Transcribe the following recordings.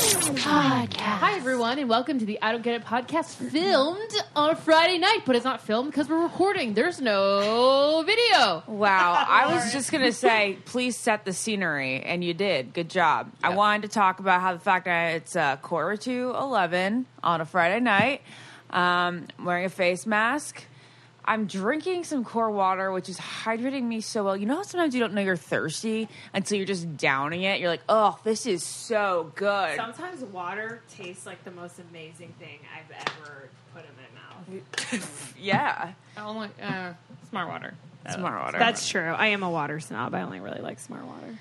Hi, everyone, and welcome to the I Don't Get It podcast filmed on Friday night, but it's not filmed because we're recording. There's no video. Wow, I was just gonna say, please set the scenery, and you did. Good job. I wanted to talk about how the fact that it's uh, quarter to eleven on a Friday night. Um, I'm wearing a face mask. I'm drinking some core water, which is hydrating me so well. You know how sometimes you don't know you're thirsty until you're just downing it. You're like, oh, this is so good. Sometimes water tastes like the most amazing thing I've ever put in my mouth. yeah, Only uh, smart water. smart water. That's true. I am a water snob. I only really like smart water.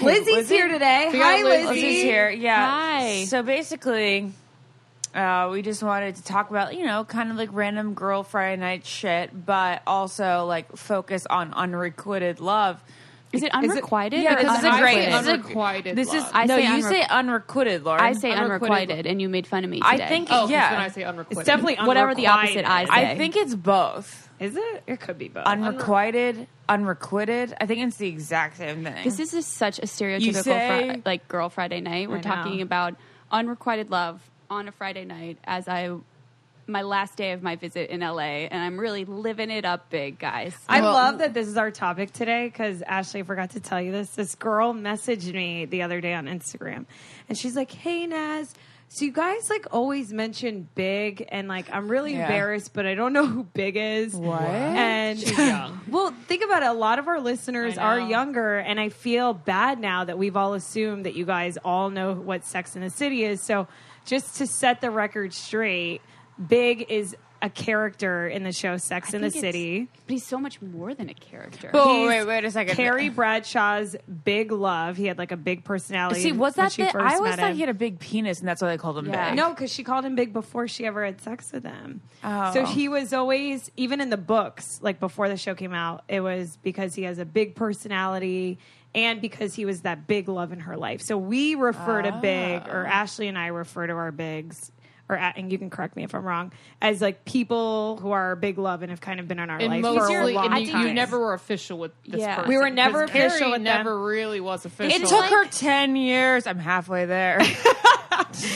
Lizzie's here today. got Hi, Liz- Lizzie. Lizzie's here. Yeah. Hi. So basically, uh, we just wanted to talk about you know kind of like random girl Friday night shit, but also like focus on unrequited love. Is it unrequited? Yeah, Because this is a great. unrequited. This Unrequited is a- This is love. I I no. say you unrequ- say unrequited, Lauren. I say unrequited, Unrequited. and you made fun of me. I today. think- Oh, 'cause Yeah. when I say unrequited, It's definitely whatever the opposite I unrequited. say. I think it's both Is it? It could be both. unrequited, unrequited. I think it's the exact same thing. this is just such a stereotypical say- fri- like girl Friday night. We're know. talking about unrequited love on a Friday night as I my last day of my visit in LA, and I'm really living it up big, guys. I love that this is our topic today because Ashley I forgot to tell you this. This girl messaged me the other day on Instagram and she's like, Hey Naz, so you guys like always mention big and like I'm really Yeah. embarrassed, but I don't know who big is. What? And young. well, think about it. A lot of our listeners I are know. younger, and I feel bad now that we've all assumed that you guys all know what Sex in the City is. So just to set the record straight, Big is a character in the show Sex I in the think it's- City. but he's so much more than a character. Oh, He's wait, wait a second. Carrie Bradshaw's big love. He had like a big personality. See, was when that? she The, first I always met thought him. he had a big penis, and that's why they called him Yeah. big. No, because she called him big before she ever had sex with him. Oh. So he was always, even in the books, like before the show came out, it was because he has a big personality and because he was that big love in her life. So we refer to big, or Oh. Ashley and I refer to our bigs. Or a and you can correct me if I'm wrong. As like people who are our big love and have kind of been in our And life mostly, for a long and you, time. you never were official with this Yeah. person. We were never 'Cause Carrie official with them. never really was official. It took her ten years. I'm halfway there. with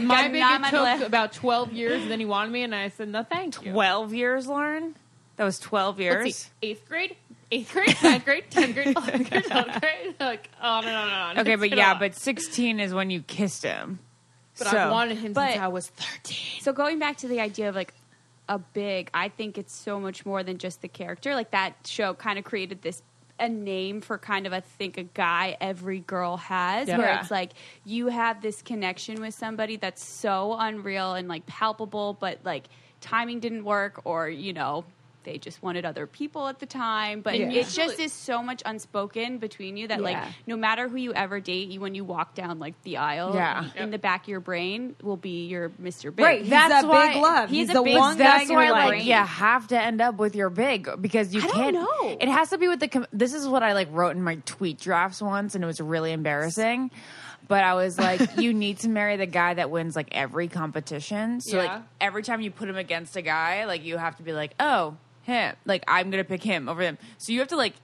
my I'm big. not It took e- gonna- about twelve years, and then he wanted me, and I said no, thank you. 12 years, Lauren? That was 12 years. Let's see, eighth grade, eighth grade, ninth grade, tenth grade, eleventh grade, twelfth grade. Like, oh no, no, no, no. Okay, but It's yeah, not. but 16 is when you kissed him. But so, I've wanted him But- since I was thirteen. So going back to the idea of like a big, I think it's so much more than just the character. Like that show kind of created this a name for kind of I think a guy every girl has Yeah. where Yeah. it's like you have this connection with somebody that's so unreal and like palpable but like timing didn't work or you know they just wanted other people at the time but Yeah. it just is so much unspoken between you that Yeah. like no matter who you ever date you when you walk down like the aisle Yeah. in the back of your brain will be your Mr. Big Right, he's That's a why- big love. he's He's, a the big- one guy that's in your why, life. like, you have to end up with your big because you I don't can't. know. It has to be with the. Com- this is what I like wrote in my tweet drafts once, and it was really embarrassing. But I was like, you need to marry the guy that wins like every competition. So Yeah. like every time you put him against a guy, like you have to be like, oh, him. Like I'm gonna pick him over him. So you have to like,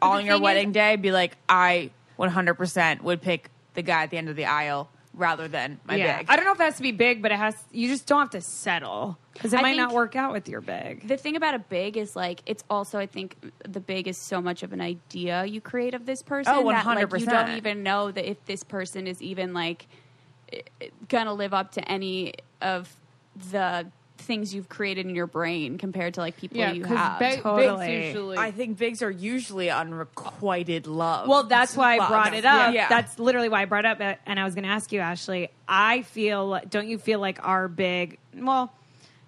on your thing is- wedding day, be like, I 100% would pick the guy at the end of the aisle rather than my yeah. big. I don't know if it has to be big, but it has. You just don't have to settle because it I might not think- work out with your big. the thing about a big is like it's also I think the big is so much of an idea you create of this person Oh, that like you 100%. don't even know that if this person is even like i- i- gonna live up to any of the things you've created in your brain compared to like people Yeah, you because have. big, Totally. big's usually. I think bigs are usually unrequited love. Well, that's why I Love. brought it up. Yeah. That's literally why I brought it up. And I was going to ask you, Ashley. I feel. Don't you feel like our big? Well,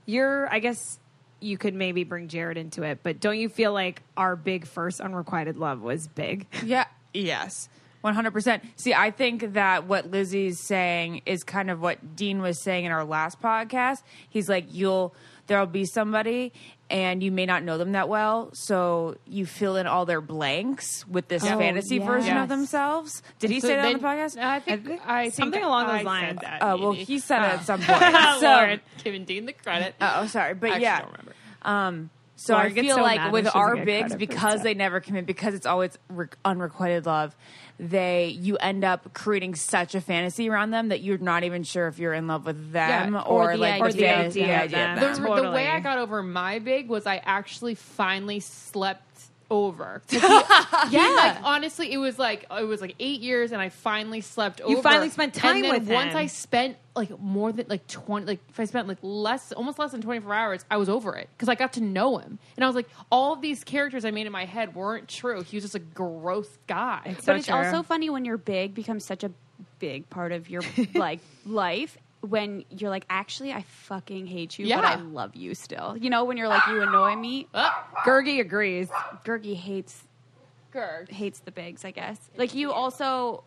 you're. I guess you could maybe bring Jared into it, but don't you feel like our big first unrequited love was big? Yeah. Yes. 100%. See, I think that what Lizzie's saying is kind of what Dean was saying in our last podcast. He's like, you'll, there'll be somebody and you may not know them that well. So you fill in all their blanks with this Oh, fantasy yes. version Yes. of themselves. Did he So say that on then- the podcast? I think, I think, something along those I lines. Said that, Uh, well, maybe. he said it at some point. so, Lauren, giving Dean the credit. Oh, sorry, but I actually yeah. don't remember. Um, so Laura I gets feel so mad like when with she doesn't our get credit bigs, for because stuff. they never commit, because it's always re- unrequited love, they you end up creating such a fantasy around them that you're not even sure if you're in love with them Yeah, or, or the like idea the of idea, them. of them. Yeah. the, the Totally. way I got over my big was I actually finally slept over. 'Cause he- yeah, like, honestly, it was like it was like eight years, and I finally slept over. finally spent time and then with Once him. I spent like more than like twenty, like if I spent like less, almost less than twenty four hours, I was over it because I got to know him, and I was like, all of these characters I made in my head weren't true. He was just a gross guy. So but it's true. also funny when your big becomes such a big part of your like life when you're like actually i fucking hate you but Yeah. i love you still you know when you're like you annoy me Gergie agrees. gergie hates hates the bigs i guess like you also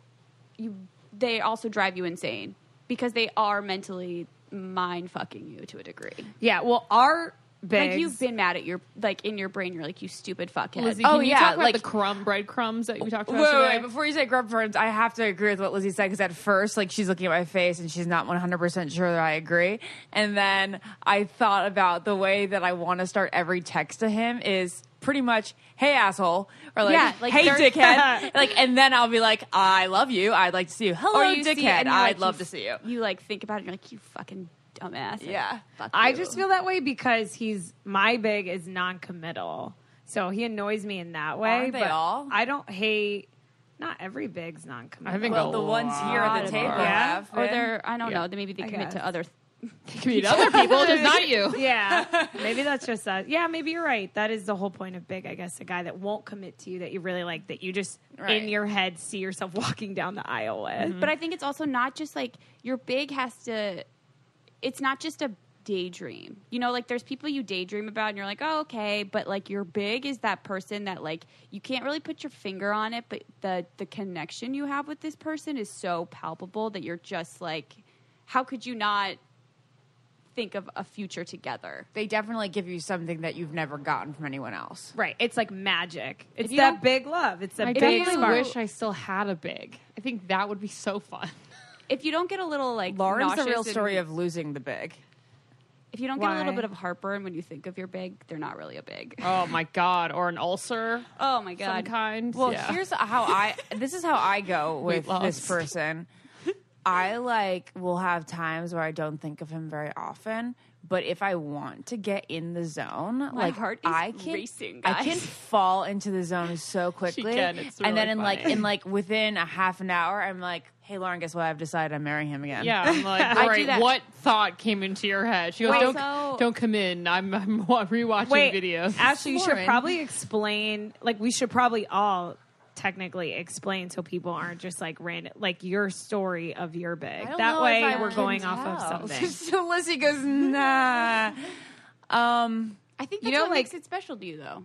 you they also drive you insane because they are mentally mind fucking you to a degree Yeah, well, our big. like you've been mad at your like in your brain you're like you stupid fuckhead Lizzie, Oh, can you yeah, talk about like- the crumb breadcrumbs that we talked Wait, about wait, today? wait, before you say grub friends, I have to agree with what Lizzie said because at first, like, she's looking at my face and she's not 100% sure that I agree. And then I thought about the way that I want to start every text to him is pretty much, hey, asshole, or like, Yeah, like, hey, there's- dickhead. like, and then I'll be like, I love you. I'd like to see you. Hello, or you see it dickhead. and you're I'd like, love you to see you. f- you like think about it and you're like you fucking dumbass Like, Yeah. fuck I you. just feel that way because he's my big is non-committal, so he annoys me in that way. Aren't they but all? I don't hate. Not every big's non-committal. I think Well, the ones here at the Mm. table Yeah. have. or been. they're I don't Yeah. know. They maybe they I commit guess. to other. Th- You meet other people, just not you. yeah, maybe that's just us. Yeah, maybe you're right. That is the whole point of big, I guess. A guy that won't commit to you, that you really like, that you just Right. Mm-hmm. in your head see yourself walking down the aisle with. But I think it's also not just like your big has to. It's not just a daydream. You know, like there's people you daydream about, and you're like, oh okay, but like your big is that person that like you can't really put your finger on it, but the the connection you have with this person is so palpable that you're just like, how could you not think of a future together? They definitely give you something that you've never gotten from anyone else. Right. It's like magic. It's you that don't- big love. It's that I big definitely spark. wish I still had a big. I think that would be so fun. If you don't get a little like Lauren's the nauseous real and- story of losing the big. If you don't get a little Why? bit of heartburn when you think of your big, they're not really a big. Oh my god, or an ulcer, Oh my some god. kind. Well, Yeah. here's how I. This is how I go with this lost. person. I like will have times where I don't think of him very often, but if I want to get in the zone, like heart is I can, racing, I can guys. fall into the zone so quickly, can, it's and then really in like funny. in like within a half an hour, I'm like, "Hey, Lauren, guess what? I've decided I'm marrying him again." yeah, I'm like, do great. that. What thought came into your head? She goes, Wait, "Don't, so- don't come in. I'm, I'm rewatching Wait, videos." Actually, you should Lauren. probably explain. Like, we should probably all technically explain so people aren't just like random, like your story of your big. I don't know That way, if I we're can going off of tell. something. so Lizzie goes, "Nah." Um, I think You that's know, what like- makes it special to you, though.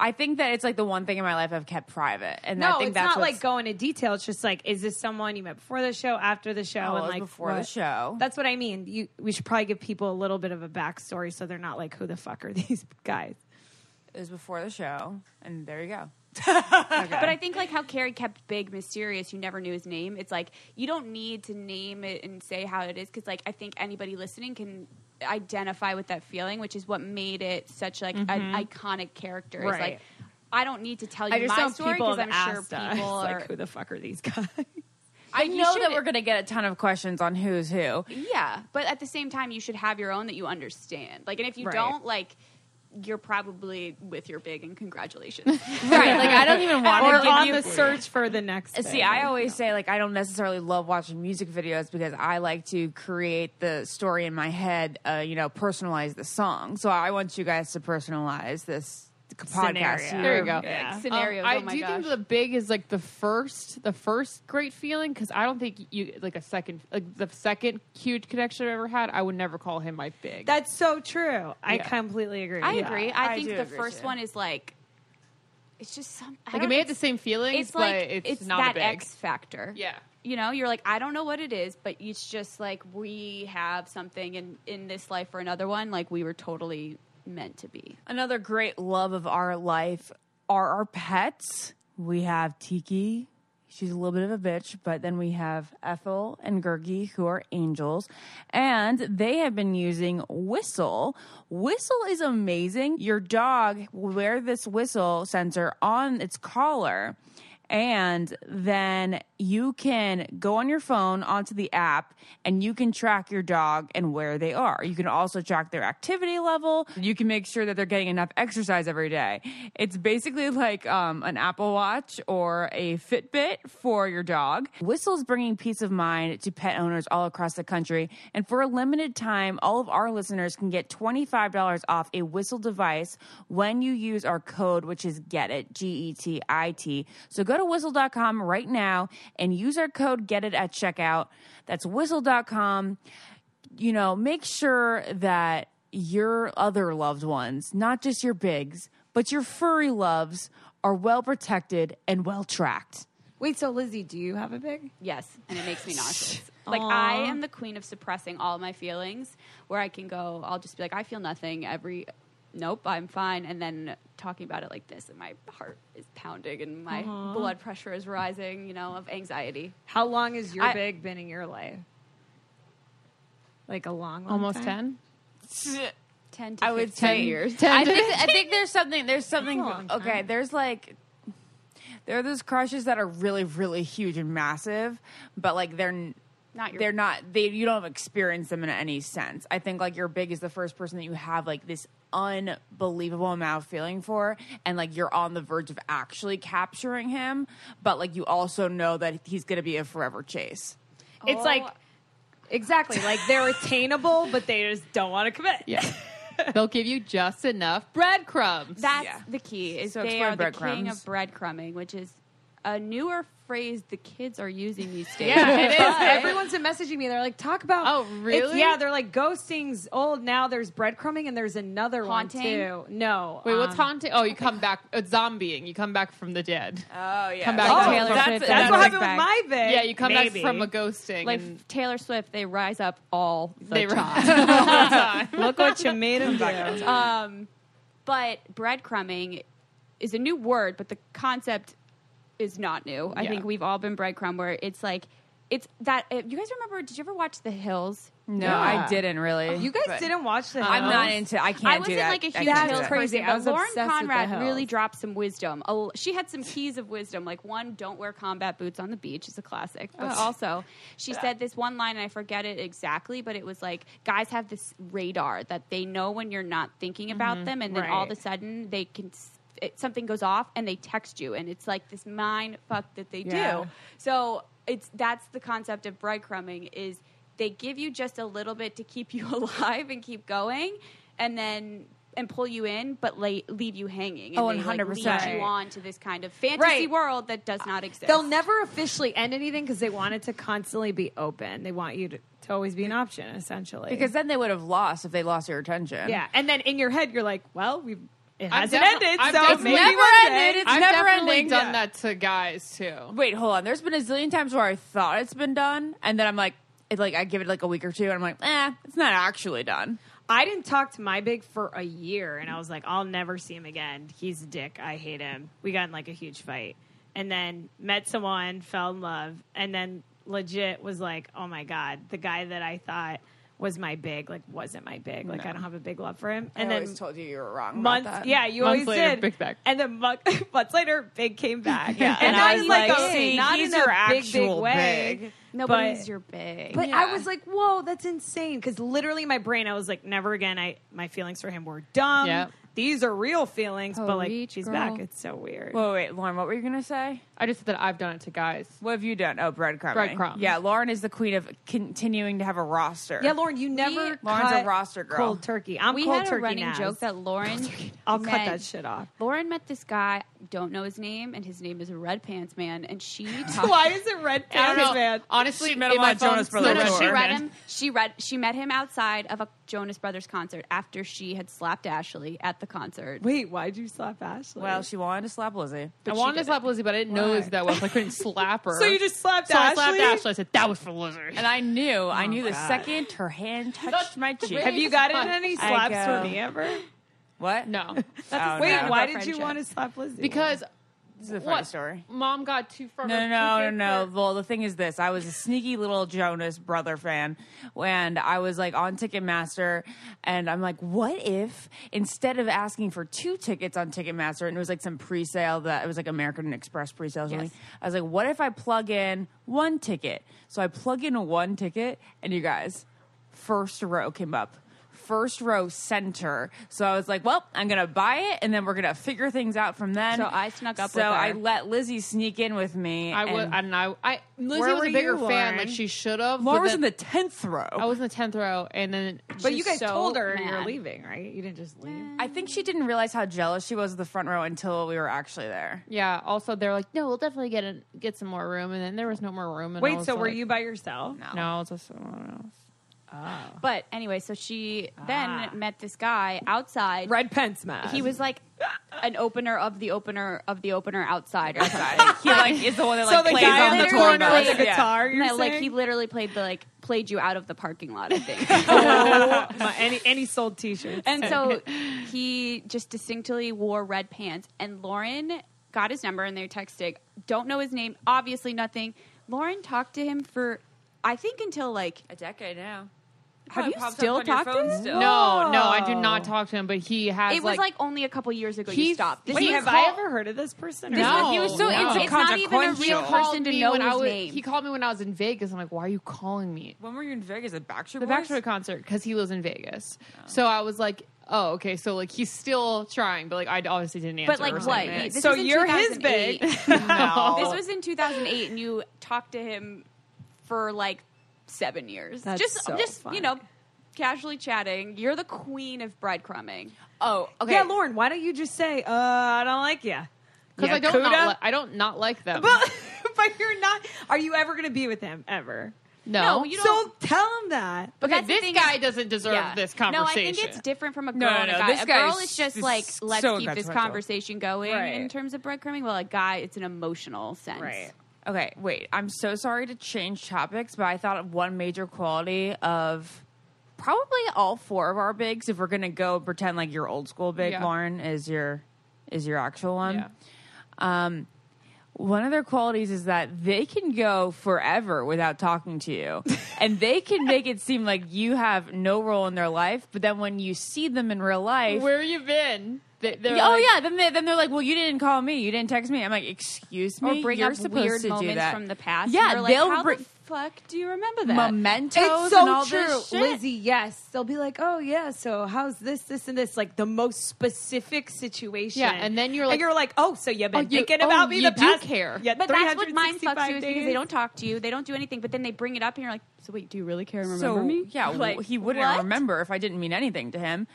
I think that it's like the one thing in my life I've kept private, and I No, think it's that's not what's- like going into detail. It's just like, is this someone you met before the show, after the show, Oh, it and was like before the what- show. That's what I mean. You, we should probably give people a little bit of a backstory so they're not like, who the fuck are these guys? It was before the show, and there you go. But I think like how Carrie kept Big mysterious, you never knew his name. It's like you don't need to name it and say how it is because like I think anybody listening can identify with that feeling, which is what made it such like an iconic character. It's Mm-hmm. Right. like I don't need to tell you I just my don't story people because have I'm sure asked people us, are. like, who the fuck are these guys? I you know that should- we're going to get a ton of questions on who's who. yeah, but at the same time, you should have your own that you understand. Like, and if you Right. don't, like. You're probably with your big and congratulations. Right. Like, I don't even want or to give on you. the search for the next. See, thing. I always say, like, I don't necessarily love watching music videos because I like to create the story in my head, uh, you know, personalize the song. So I want you guys to personalize this podcast. Scenario. There you go. Yeah. Um, Scenarios, I oh my do think gosh. the big is like the first, the first great feeling because I don't think you like a second, like the second huge connection I've ever had. I would never call him my big. That's so true. I Yeah. completely agree. I agree. I, I think do the agree, first too. one is like, it's just some. I like it don't- may have the it's- same feelings, It's but like it's, it's, not that a big. X factor. Yeah. You know, you're like, I don't know what it is, but it's just like we have something in in this life or another one. Like we were totally meant to be. Another great love of our life are our pets. We have Tiki. She's a little bit of a bitch, but then we have Ethel and Gergi, who are angels, and they have been using Whistle. Whistle is amazing. Your dog will wear this whistle sensor on its collar, and then you can go on your phone onto the app and you can track your dog and where they are. You can also track their activity level. You can make sure that they're getting enough exercise every day. It's basically like um, an Apple Watch or a Fitbit for your dog. Whistle's bringing peace of mind to pet owners all across the country. And for a limited time, all of our listeners can get $25 off a Whistle device when you use our code, which is GET IT, G E T I T. So go to whistle.com right now and use our code GET IT at checkout. That's whistle.com. You know, make sure that your other loved ones, not just your bigs, but your furry loves, are well protected and well tracked. Wait, so Lizzie, do you have a big? Yes, and it makes me nauseous. Like I am the queen of suppressing all my feelings, where I can go, I'll just be like, I feel nothing. Every, nope, I'm fine, and then talking about it like this, and my heart is pounding and my blood pressure is rising. You know, of anxiety. How long has your I- big been in your life? Like a long, long Almost time? ten. Ten to I would 15 say years. I think I think there's something there's something That's a long okay, there's like there are those crushes that are really really huge and massive, but like they're n- Not your- they're not they you don't have experienced them in any sense. I think like your big is the first person that you have like this unbelievable amount of feeling for and like you're on the verge of actually capturing him, but like you also know that he's going to be a forever chase. It's like Oh, exactly like they're attainable, but they just don't want to commit. Yeah. They'll give you just enough breadcrumbs. That's Yeah. the key. Is So they explore are the king breadcrumbs. of breadcrumbing, which is a newer phrase the kids are using these days. Yeah, it is. Everyone's been messaging me. They're like, talk about. Oh, really? It's- yeah, they're like ghosting's old. Now there's breadcrumbing and there's another Haunting? one too. No. Wait, what's um, haunting? Oh, you come back, uh, zombieing. You come back from the dead. Oh yeah. Come back Oh, to Taylor that's, Swift. That's and what like- happened with my big. Yeah, you come Maybe. back from a ghosting. Like and Taylor Swift, they rise up all the they time. Look what you made him do. Um, but breadcrumbing is a new word, but the concept is not new. I Yeah. think we've all been breadcrumb where it's like it's that. uh, You guys remember? Did you ever watch The Hills? No, Yeah. I didn't really. You guys but- didn't watch the. I'm Hills? not into. I can't. I do wasn't that. like a I huge can't do Hills that. crazy. person, I but was Lauren obsessed with The Conrad Hills. really dropped some wisdom. Oh, She had some keys of wisdom, like one, don't wear combat boots on the beach is a classic. But Oh. also, she said this one line, and I forget it exactly, but it was like guys have this radar that they know when you're not thinking about Mm-hmm. them, and then all of a Right. sudden they can. s- It, something goes off and they text you, and it's like this mind fuck that they Yeah. do. So it's that's the concept of breadcrumbing is they give you just a little bit to keep you alive and keep going, and then and pull you in, but lay, leave you hanging. And Oh, they, like, 100%. lead you on to this kind of fantasy Right. world that does not exist. They'll never officially end anything because they want it to constantly be open. They want you to, to always be an option, essentially. Because then they would have lost if they lost your attention. yeah, and then in your head you're like, well, we I'm it hasn't defi- ended, I'm so definitely- it's maybe Never one day. ended. It's I've never definitely ending. done Yeah. that to guys too. Wait, hold on. There's been a zillion times where I thought it's been done, and then I'm like, it, like I give it like a week or two, and I'm like, eh, it's not actually done. I didn't talk to my big for a year, and I was like, I'll never see him again. He's a dick. I hate him. We got in like a huge fight, and then met someone, fell in love, and then legit was like, oh my god, the guy that I thought was my big, like wasn't my big. Like I don't have a big love for him. And I then always told you you were wrong. about months, that. yeah, you Months always later, did. Big back. And then mon- months later, big came back. Yeah, and, and I I was was like, like, oh, see, not he's in a your big, big actual way. big. Nobody's but- your big. but I was like, whoa, that's insane. Because literally, my brain, I was like, never again. I my feelings for him were dumb. Yep. these are real feelings, but like Reach, she's girl. back. It's so weird. Whoa, wait, Lauren, what were you gonna say? I just said that I've done it to guys. What have you done? Oh, breadcrumbing. Breadcrumbs. Yeah, Lauren is the queen of continuing to have a roster. yeah, Lauren, you never Lauren's a cut roster girl. cold turkey. I'm we cold had a turkey running Naz. joke that Lauren. I'll cut met- that shit off. Lauren met this guy, don't know his name, and his name is Red Pants Man, and she talked. Why is it red I don't pants, know. man? Honestly, She met him in my on Jonas phone, No, Brothers no, Sure. she tour. read him. She read. She met him outside of a Jonas Brothers concert after she had slapped Ashley at the concert. Wait, why'd you slap Ashley? Well, she wanted to slap Lizzie. I wanted to slap Lizzie, but I didn't know Lizzie that well, so I couldn't slap her. So you just slapped so I slapped Ashley? Ashley. I said that was for Lizzie. And I knew, I Oh knew the second her hand touched my cheek. have you gotten any I slaps go- from me ever? What? No, Oh, Wait, no. why About did you friendship. want to slap Lizzie? because This is a funny what story. Mom got too far. No, no, no, no, no. Well, the thing is this: I was a sneaky little Jonas Brother fan, and I was like on Ticketmaster, and I'm like, what if instead of asking for two tickets on Ticketmaster, and it was like some pre-sale that it was like American Express pre-sale, or something, I was like, what if I plug in one ticket? So I plug in one ticket, and you guys, first row came up. First row center. So I was like, well, I'm going to buy it and then we're going to figure things out from then. So I snuck up So with her. I let Lizzie sneak in with me. I was, and and I, I Lizzie Where was a were bigger you, fan. Like Lauren? she should have. Laura but was then- in the tenth row. I was in the tenth row, and then. but she's you guys so told her you're mad. leaving, right? You didn't just leave. I think she didn't realize how jealous she was of the front row until we were actually there. Yeah. Also, they're like, no, we'll definitely get a, get some more room, and then there was no more room. And I Wait, was so were like- you by yourself? No, it's just someone else. But anyway, so she then met this guy outside. Red pants, man. He was like an opener of the opener of the opener outside or something. He like is the one that like so the plays on guy in the, the literally corner corner. with the Yeah. guitar. And You're that, like he saying? literally played the like played you out of the parking lot, I think. oh, my, and, he, and he sold T-shirts. And so he just distinctly wore red pants. And Lauren got his number and they texted. Don't know his name, obviously nothing. Lauren talked to him for, I think, until like, A decade now. have Probably you pops up still on your talked to phone him? still. No, no, I do not talk to him. But he has. It was like, only a couple years ago He- you stopped. This Wait, was have called- I ever heard of this person? or No. not? He was so no. inconsequential. It's not even a real He person to know when his I was, name. He called me when I was in Vegas. I'm like, why are you calling me? When were you in Vegas? The Backstreet The Boys? Backstreet concert because he lives in Vegas. So I was like, oh, okay. So like he's still trying, but like I obviously didn't answer. but like or what? something. This So was in you're his 2008. big. This was in 2008, and you talked to him for like seven years. That's just, so just funny. you know, casually chatting. You're the queen of breadcrumbing. Oh, okay. Yeah, Lauren, why don't you just say, uh, I don't like you? because I don't not li- I don't not like them. but, but you're not. Are you ever going to be with him ever? no, No, you So tell him that. But Okay, that's the this thing guy is- doesn't deserve Yeah. this No, I conversation. think it's different from a girl No, no, and a no, guy. this a guy girl is is just s- like, so let's keep this consequential. conversation going in Right. terms of breadcrumbing. Well, a guy, it's an emotional sense. Okay, wait. I'm so sorry to change topics, but I thought of one major quality of probably all four of our bigs. If we're gonna go pretend like your old school big, Yeah. Lauren is your is your actual one. Yeah. Um, one of their qualities is that they can go forever without talking to you, and they can make it seem like you have no role in their life. But then when you see them in real life, Where you been? They, they're oh like- yeah, then they, then they're like, well, you didn't call me, you didn't text me. I'm like, excuse me, Or bring you're up supposed weird to do moments that from the past. Yeah, and you're like, they'll how bring the fuck do you remember that? mementos It's and so all true, this shit. Lizzie. Yes, they'll be like, "Oh yeah, so how's this, this, and this?" Like the most specific situation. Yeah, and then you're like- you're like, "Oh, so you've been Oh, you- thinking oh, about me you the do past care. Yeah, But that's what mind fucks 365 you is days. because they don't talk to you, they don't do anything, but then they bring it up, and you're like, "So wait, do you really care and remember so, me?" Yeah, You're well, like, he wouldn't "What?" remember if I didn't mean anything to him.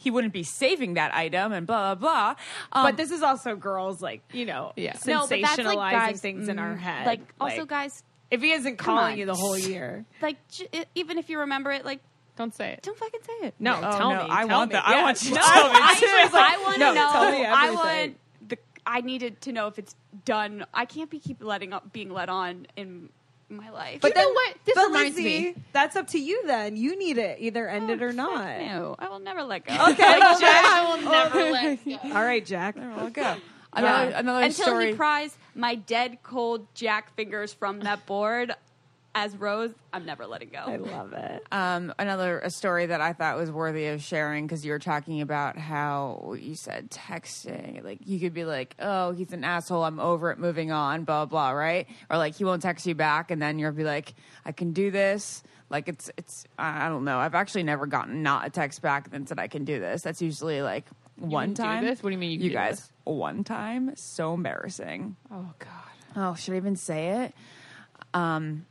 He wouldn't be saving that item and blah blah blah. Um, but this is also girls like you know Yeah. No, but that's sensationalizing like guys- things in our mm, head. Like, also, guys, if he isn't come calling on. you the whole year, like j- i- even if you remember it, like don't say it. don't fucking say it. no, oh, tell no, me. I tell want me. that. I Yeah. want you to No, tell me. I- too. I was like, I want to no, know. tell me I everything. want the. I needed to know if it's done. I can't be keep letting up being let on in my life. But you know what? This but reminds Lizzie, me. That's up to you. Then you need to either end it or not. Oh, no, I will never let go. Okay, Jack. I will never let go. All right, Jack. I'll go. Another, another Until story. he cries my dead cold jack fingers from that board as Rose, I'm never letting go. I love it. um, another a story that I thought was worthy of sharing because you were talking about how you said texting, like you could be like, "Oh, he's an asshole. I'm over it. Moving on." Blah blah. Right? Or like he won't text you back, and then you'll be like, "I can do this." Like it's it's I I don't know. I've actually never gotten not a text back and then said I can do this. That's usually like can one do time. this? What do you mean you can you do guys this? one time? So embarrassing. Oh god. Oh, should I even say it? Um,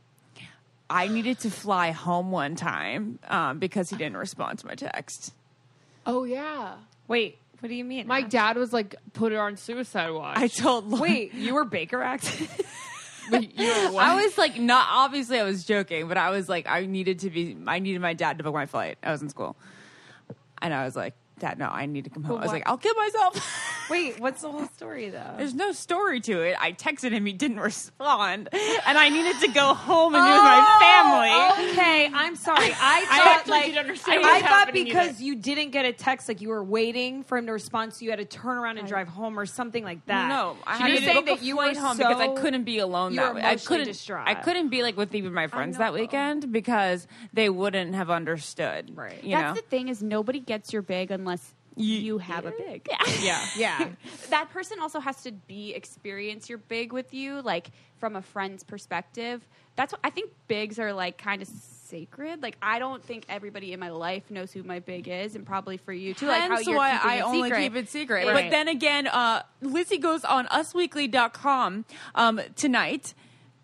I needed to fly home one time um, because he didn't respond to my text. Oh yeah. Wait, what do you mean? My dad was like, put her on suicide watch. I told Lauren, Wait, you were Baker acting? Wait, you know what? I was like, not obviously I was joking, but I was like, I needed to be, I needed my dad to book my flight. I was in school, and I was like, Dad, no, I need to come home. I was why- like, I'll kill myself. Wait, what's the whole story though? There's no story to it. I texted him, he didn't respond, and I needed to go home and be with my family. Oh, Okay, I'm sorry. I thought actually like didn't understand what I was thought happening because either. you didn't get a text, like you were waiting for him to respond, so you had to turn around and drive home or something like that. No, I You're had to saying book that a you flight were home because I so- couldn't be alone you that were way. I emotionally couldn't. distraught. I couldn't be like with even my friends that know. weekend because they wouldn't have understood. Right. You That's know. the thing is nobody gets your big unless you, have a big. yeah. Yeah, that person also has to be experience your big with you, like from a friend's perspective. That's what I think bigs are like kind of sacred. Like I don't think everybody in my life knows who my big is, and probably for you too. Like how Hence you're why keeping I it only secret. keep it secret. But Right. then again, uh, Lizzie goes on usweekly.com um, tonight.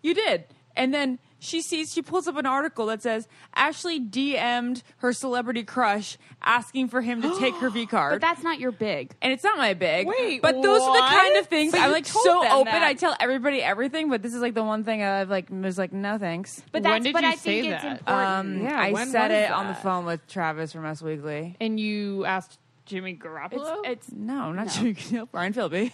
You did. And then she sees, she pulls up an article that says Ashley DM'd her celebrity crush asking for him to take her V card. but that's not your big. and it's not my big. Wait, but those are the what? kind of things But I'm you like told so them open. that. I tell everybody everything, but this is like the one thing I've like was like no thanks. When But that's did but you I think say it's that? important. Um, Yeah, I when said was it on the that? phone with Travis from Us Weekly. and you asked Jimmy Garoppolo. it's, it's No, not Jimmy Garoppolo. Brian Philby.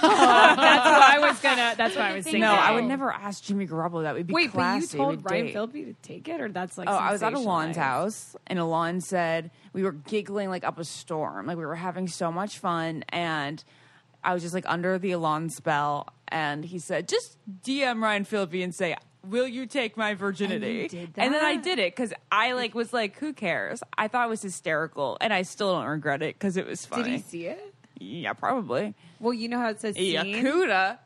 that's what I was gonna. That's what I was thinking. no, I would never ask Jimmy Garoppolo. That would be Wait, classy. but you We'd told Ryan date. Philby to take it, or that's like Oh, I was at sensationalized? Alon's house, and Alon said we were giggling like up a storm. Like we were having so much fun, and I was just like under the Alon spell. And he said, "Just DM Ryan Philby and say." Will you take my virginity? And, did then I that? did it because I like was like, who cares? I thought it was hysterical, and I still don't regret it because it was funny. Did he see it? Yeah, probably. Well, you know how it says seen. Yakuda.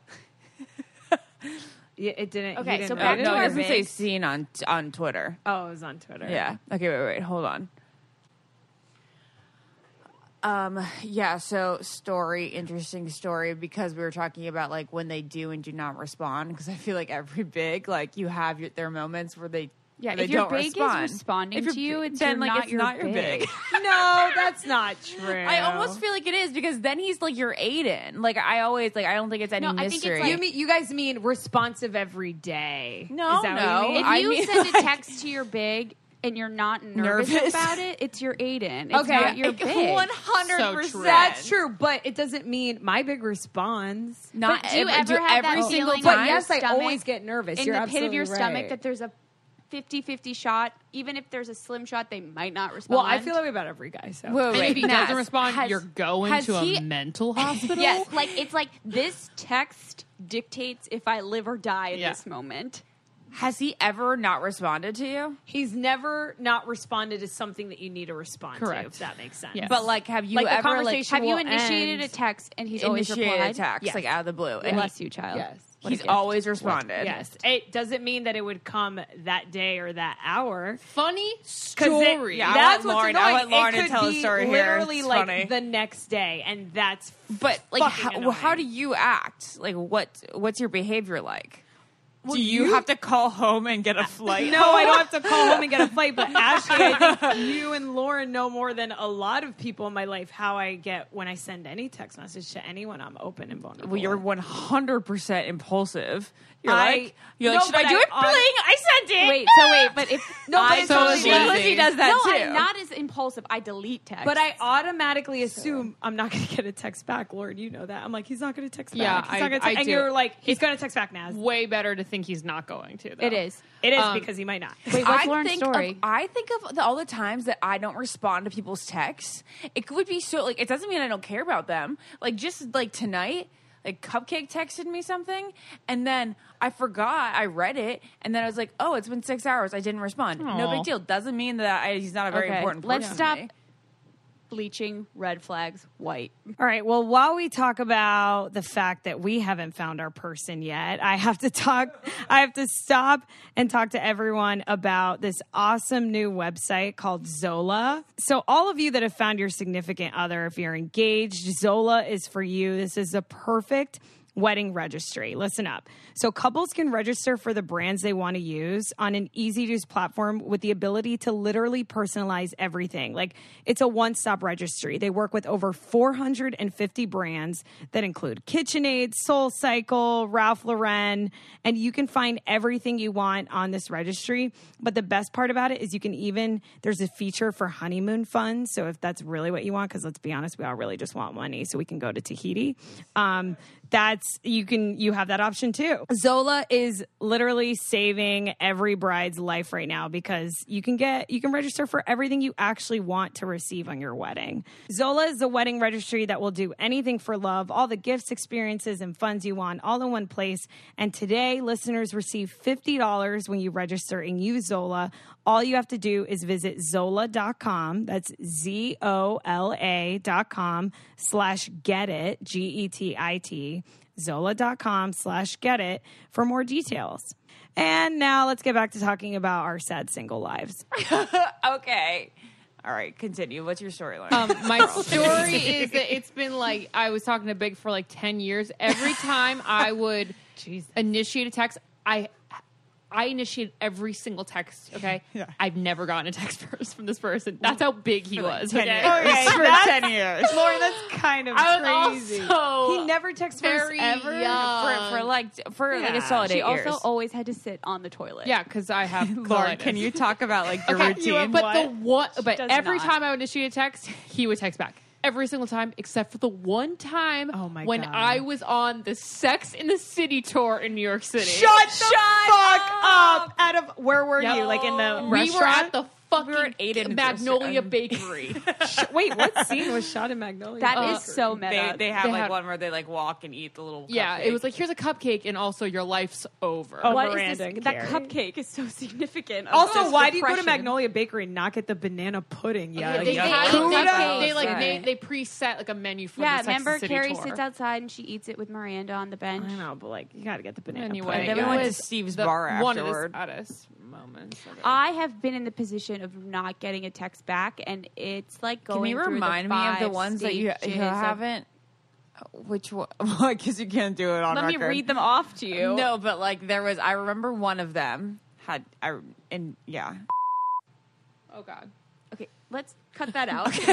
Yeah, it didn't. Okay, he didn't so know No, back it. to no, it our doesn't say bigs. seen on on Twitter. Oh, it was on Twitter. Yeah. Okay, wait, wait, hold on. Um, yeah, so story, interesting story because we were talking about like when they do and do not respond because I feel like every big like you have your, their moments where they Yeah, where they if your don't big is respond. responding If your to you, big- it's then your- like not it's your not your big. big. No, that's not true. I almost feel like it is because then he's like your Aiden. Like I always like I don't think it's any No, I think it's, mystery. like- You mean you guys mean responsive every day? No, Is that what you no. mean? If I you mean, send like- a text to your big and you're not nervous, Nervous. about it, it's your Aiden. It's Okay, not your big. One hundred percent. That's true, but it doesn't mean my big response. Not But do you every- ever have that every single feeling time. But yes, I stomach, always get nervous. in You're the pit of your absolutely stomach right. that there's a 50-50 shot. Even if there's a slim shot, they might not respond. Well, I feel that way about every guy. So Wait, wait, And if he wait, doesn't Naz, respond, has- you're going has to a he- mental hospital. yes, like it's like this text dictates if I live or die in Yeah. this moment. Has he ever not responded to you? he's never not responded to something that you need to respond Correct. to. If that makes sense. Yes. But like, have you Like, the ever conversation like Have you will initiated end. a text and he's always initiated replied? attacks Yes. like out of the blue? And Bless you, child. yes. he- he's always responded. Yes, it doesn't mean that it would come that day or that hour. funny 'Cause it- story. yeah, I that's want Lauren- what's I annoying. want Lauren it to could tell a be story here. literally It's like funny. the next day, and that's But like, how, Fucking well, how do annoying. you act? Like, what what's your behavior like? do you, you- Uh, have to call home and get a flight? No, I don't have to call home and get a flight. But Ashley, I think you and Lauren know more than a lot of people in my life how I get when I send any text message to anyone. I'm open and vulnerable. Well, you're one hundred percent impulsive. You're I- like, you're like, No, should I but do I it? hon- Bling, I sent it. Wait, so wait, but if no, but I it's so only Lizzie. one- Lizzie does that no, too. I'm not as impulsive. I delete text. But I automatically assume I'm not going to get a text back, Lauren. You know that. I'm like, he's not going to text Yeah, back. He's I- not gonna text. I and do. you're like, he's going to text back, Naz. way better to think he's not going to. Though. it is. It is Um, because he might not. Wait, what's I Lauren's think story? Of, I think of the, all the times that I don't respond to people's texts. It would be so like it doesn't mean I don't care about them. Like just like tonight, like Cupcake texted me something, and then I forgot I read it, and then I was like, oh, it's been six hours. I didn't respond. No Aw. big deal. Doesn't mean that I, he's not a very Okay, important. let's person to stop me. bleaching, red flags, white. All right. Well, while we talk about the fact that we haven't found our person yet, I have to talk, I have to stop and talk to everyone about this awesome new website called Zola. So, all of you that have found your significant other, if you're engaged, Zola is for you. This is the perfect wedding registry. Listen up. So couples can register for the brands they want to use on an easy to use platform with the ability to literally personalize everything. Like it's a one-stop registry. They work with over 450 brands that include KitchenAid, SoulCycle, Ralph Lauren, and you can find everything you want on this registry. But the best part about it is you can even there's a feature for honeymoon funds. So if that's really what you want cuz let's be honest, we all really just want money so we can go to Tahiti. Um that's you can you have that option too. Zola is literally saving every bride's life right now because you can get you can register for everything you actually want to receive on your wedding. Zola is the wedding registry that will do anything for love, all the gifts, experiences and funds you want all in one place. And today listeners receive $50 when you register and use Zola. All you have to do is visit zola.com. That's z o l a dot com slash get it, G E T I T, zola.com slash get it for more details. And now let's get back to talking about our sad single lives. Okay. All right, continue. What's your storyline? Um, my story is that it's been like I was talking to Big for like ten years. Every time I would initiate a text, I I initiated every single text. Okay, I've never gotten a text first from this person. That's how big he was. Okay, for 10 years. Lauren, that's kind of I was also he never texts first very ever. young. for, for like for like a Yeah. solid She eight also years. always had to sit on the toilet. yeah, because I have Lauren, colitis. can you talk about like your Okay, routine? But the one, but does every not. time I would initiate a text, he would text back. Every single time, except for the one time Oh my when God. I was on the Sex in the City tour in New York City. Shut the fuck up. Out of where were Yep. you? Like in the we restaurant? were at the fucking were at Um, Aiden's Magnolia Bakery. Wait, what scene was shot in Magnolia? that is Uh, so meta. they they have They like had- one where they like walk and eat the little. yeah, cupcake. it was like here's a cupcake, and also your life's over. Oh, what is Miranda this? and Carrie. That cupcake is so significant. Oh, of also, this why do you go to depression. Magnolia Bakery and not get the banana pudding? Yeah, They, yeah. had- Kudos. they- they, like Right. they, they preset like a menu for Yeah, the Sex and remember the City Carrie tour. sits outside and she eats it with Miranda on the bench. I know, but like you got to get the banana Anyway, pudding. we it went to was Steve's the- bar one of the afterward. saddest moments. of it. I have been in the position of not getting a text back, and it's like going. Can you through remind the me of the five ones that you, stages you of- haven't? Which one? Well, I guess you can't do it on Let me record. read them off to you. No, but like there was. I remember one of them had. I and yeah. oh god. Okay, let's cut that out.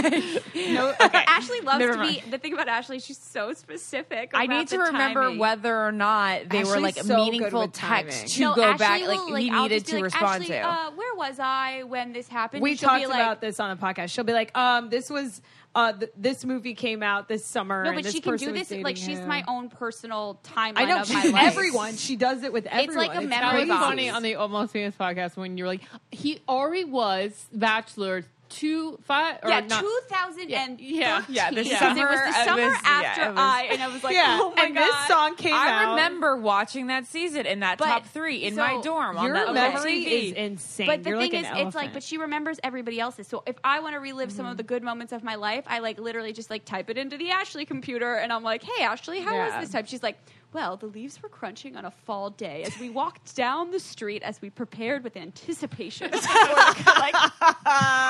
Ashley loves Never to be. The thing about Ashley, is she's so specific. I about need the to remember timing. whether or not they were Ashley's like so good meaningful with timing. text to No, go Ashley back. will, Like, he I'll needed just be to like, respond Ashley, to. Uh, where was I when this happened? we And she'll talked be like, about this on the podcast. She'll be like, "Um, this was uh, th- this movie came out this summer." No, and but this she can do person was this. Like dating she's him." my own personal timeline I know of my she's life. everyone. She does it with everyone. like a That memory was crazy. box. funny on the Almost Famous podcast when you're like, he already was Bachelor two five or Yeah, not. 2013. Yeah, yeah, the Because it summer- was the it summer was- yeah, after it was- I, and I was like, yeah, oh my and god. this song came out. I remember watching that season in that But- top three in so my dorm on your that little memory TV. is insane. But the You're thing like is, an it's like, elephant. Mm-hmm. but she remembers everybody else's. So if I want to relive some of the good moments of my life, I like literally just like type it into the Ashley computer, and I'm like, hey Ashley, how Yeah. was this time? She's like. Well, the leaves were crunching on a fall day as we walked down the street as we prepared with anticipation. like, well,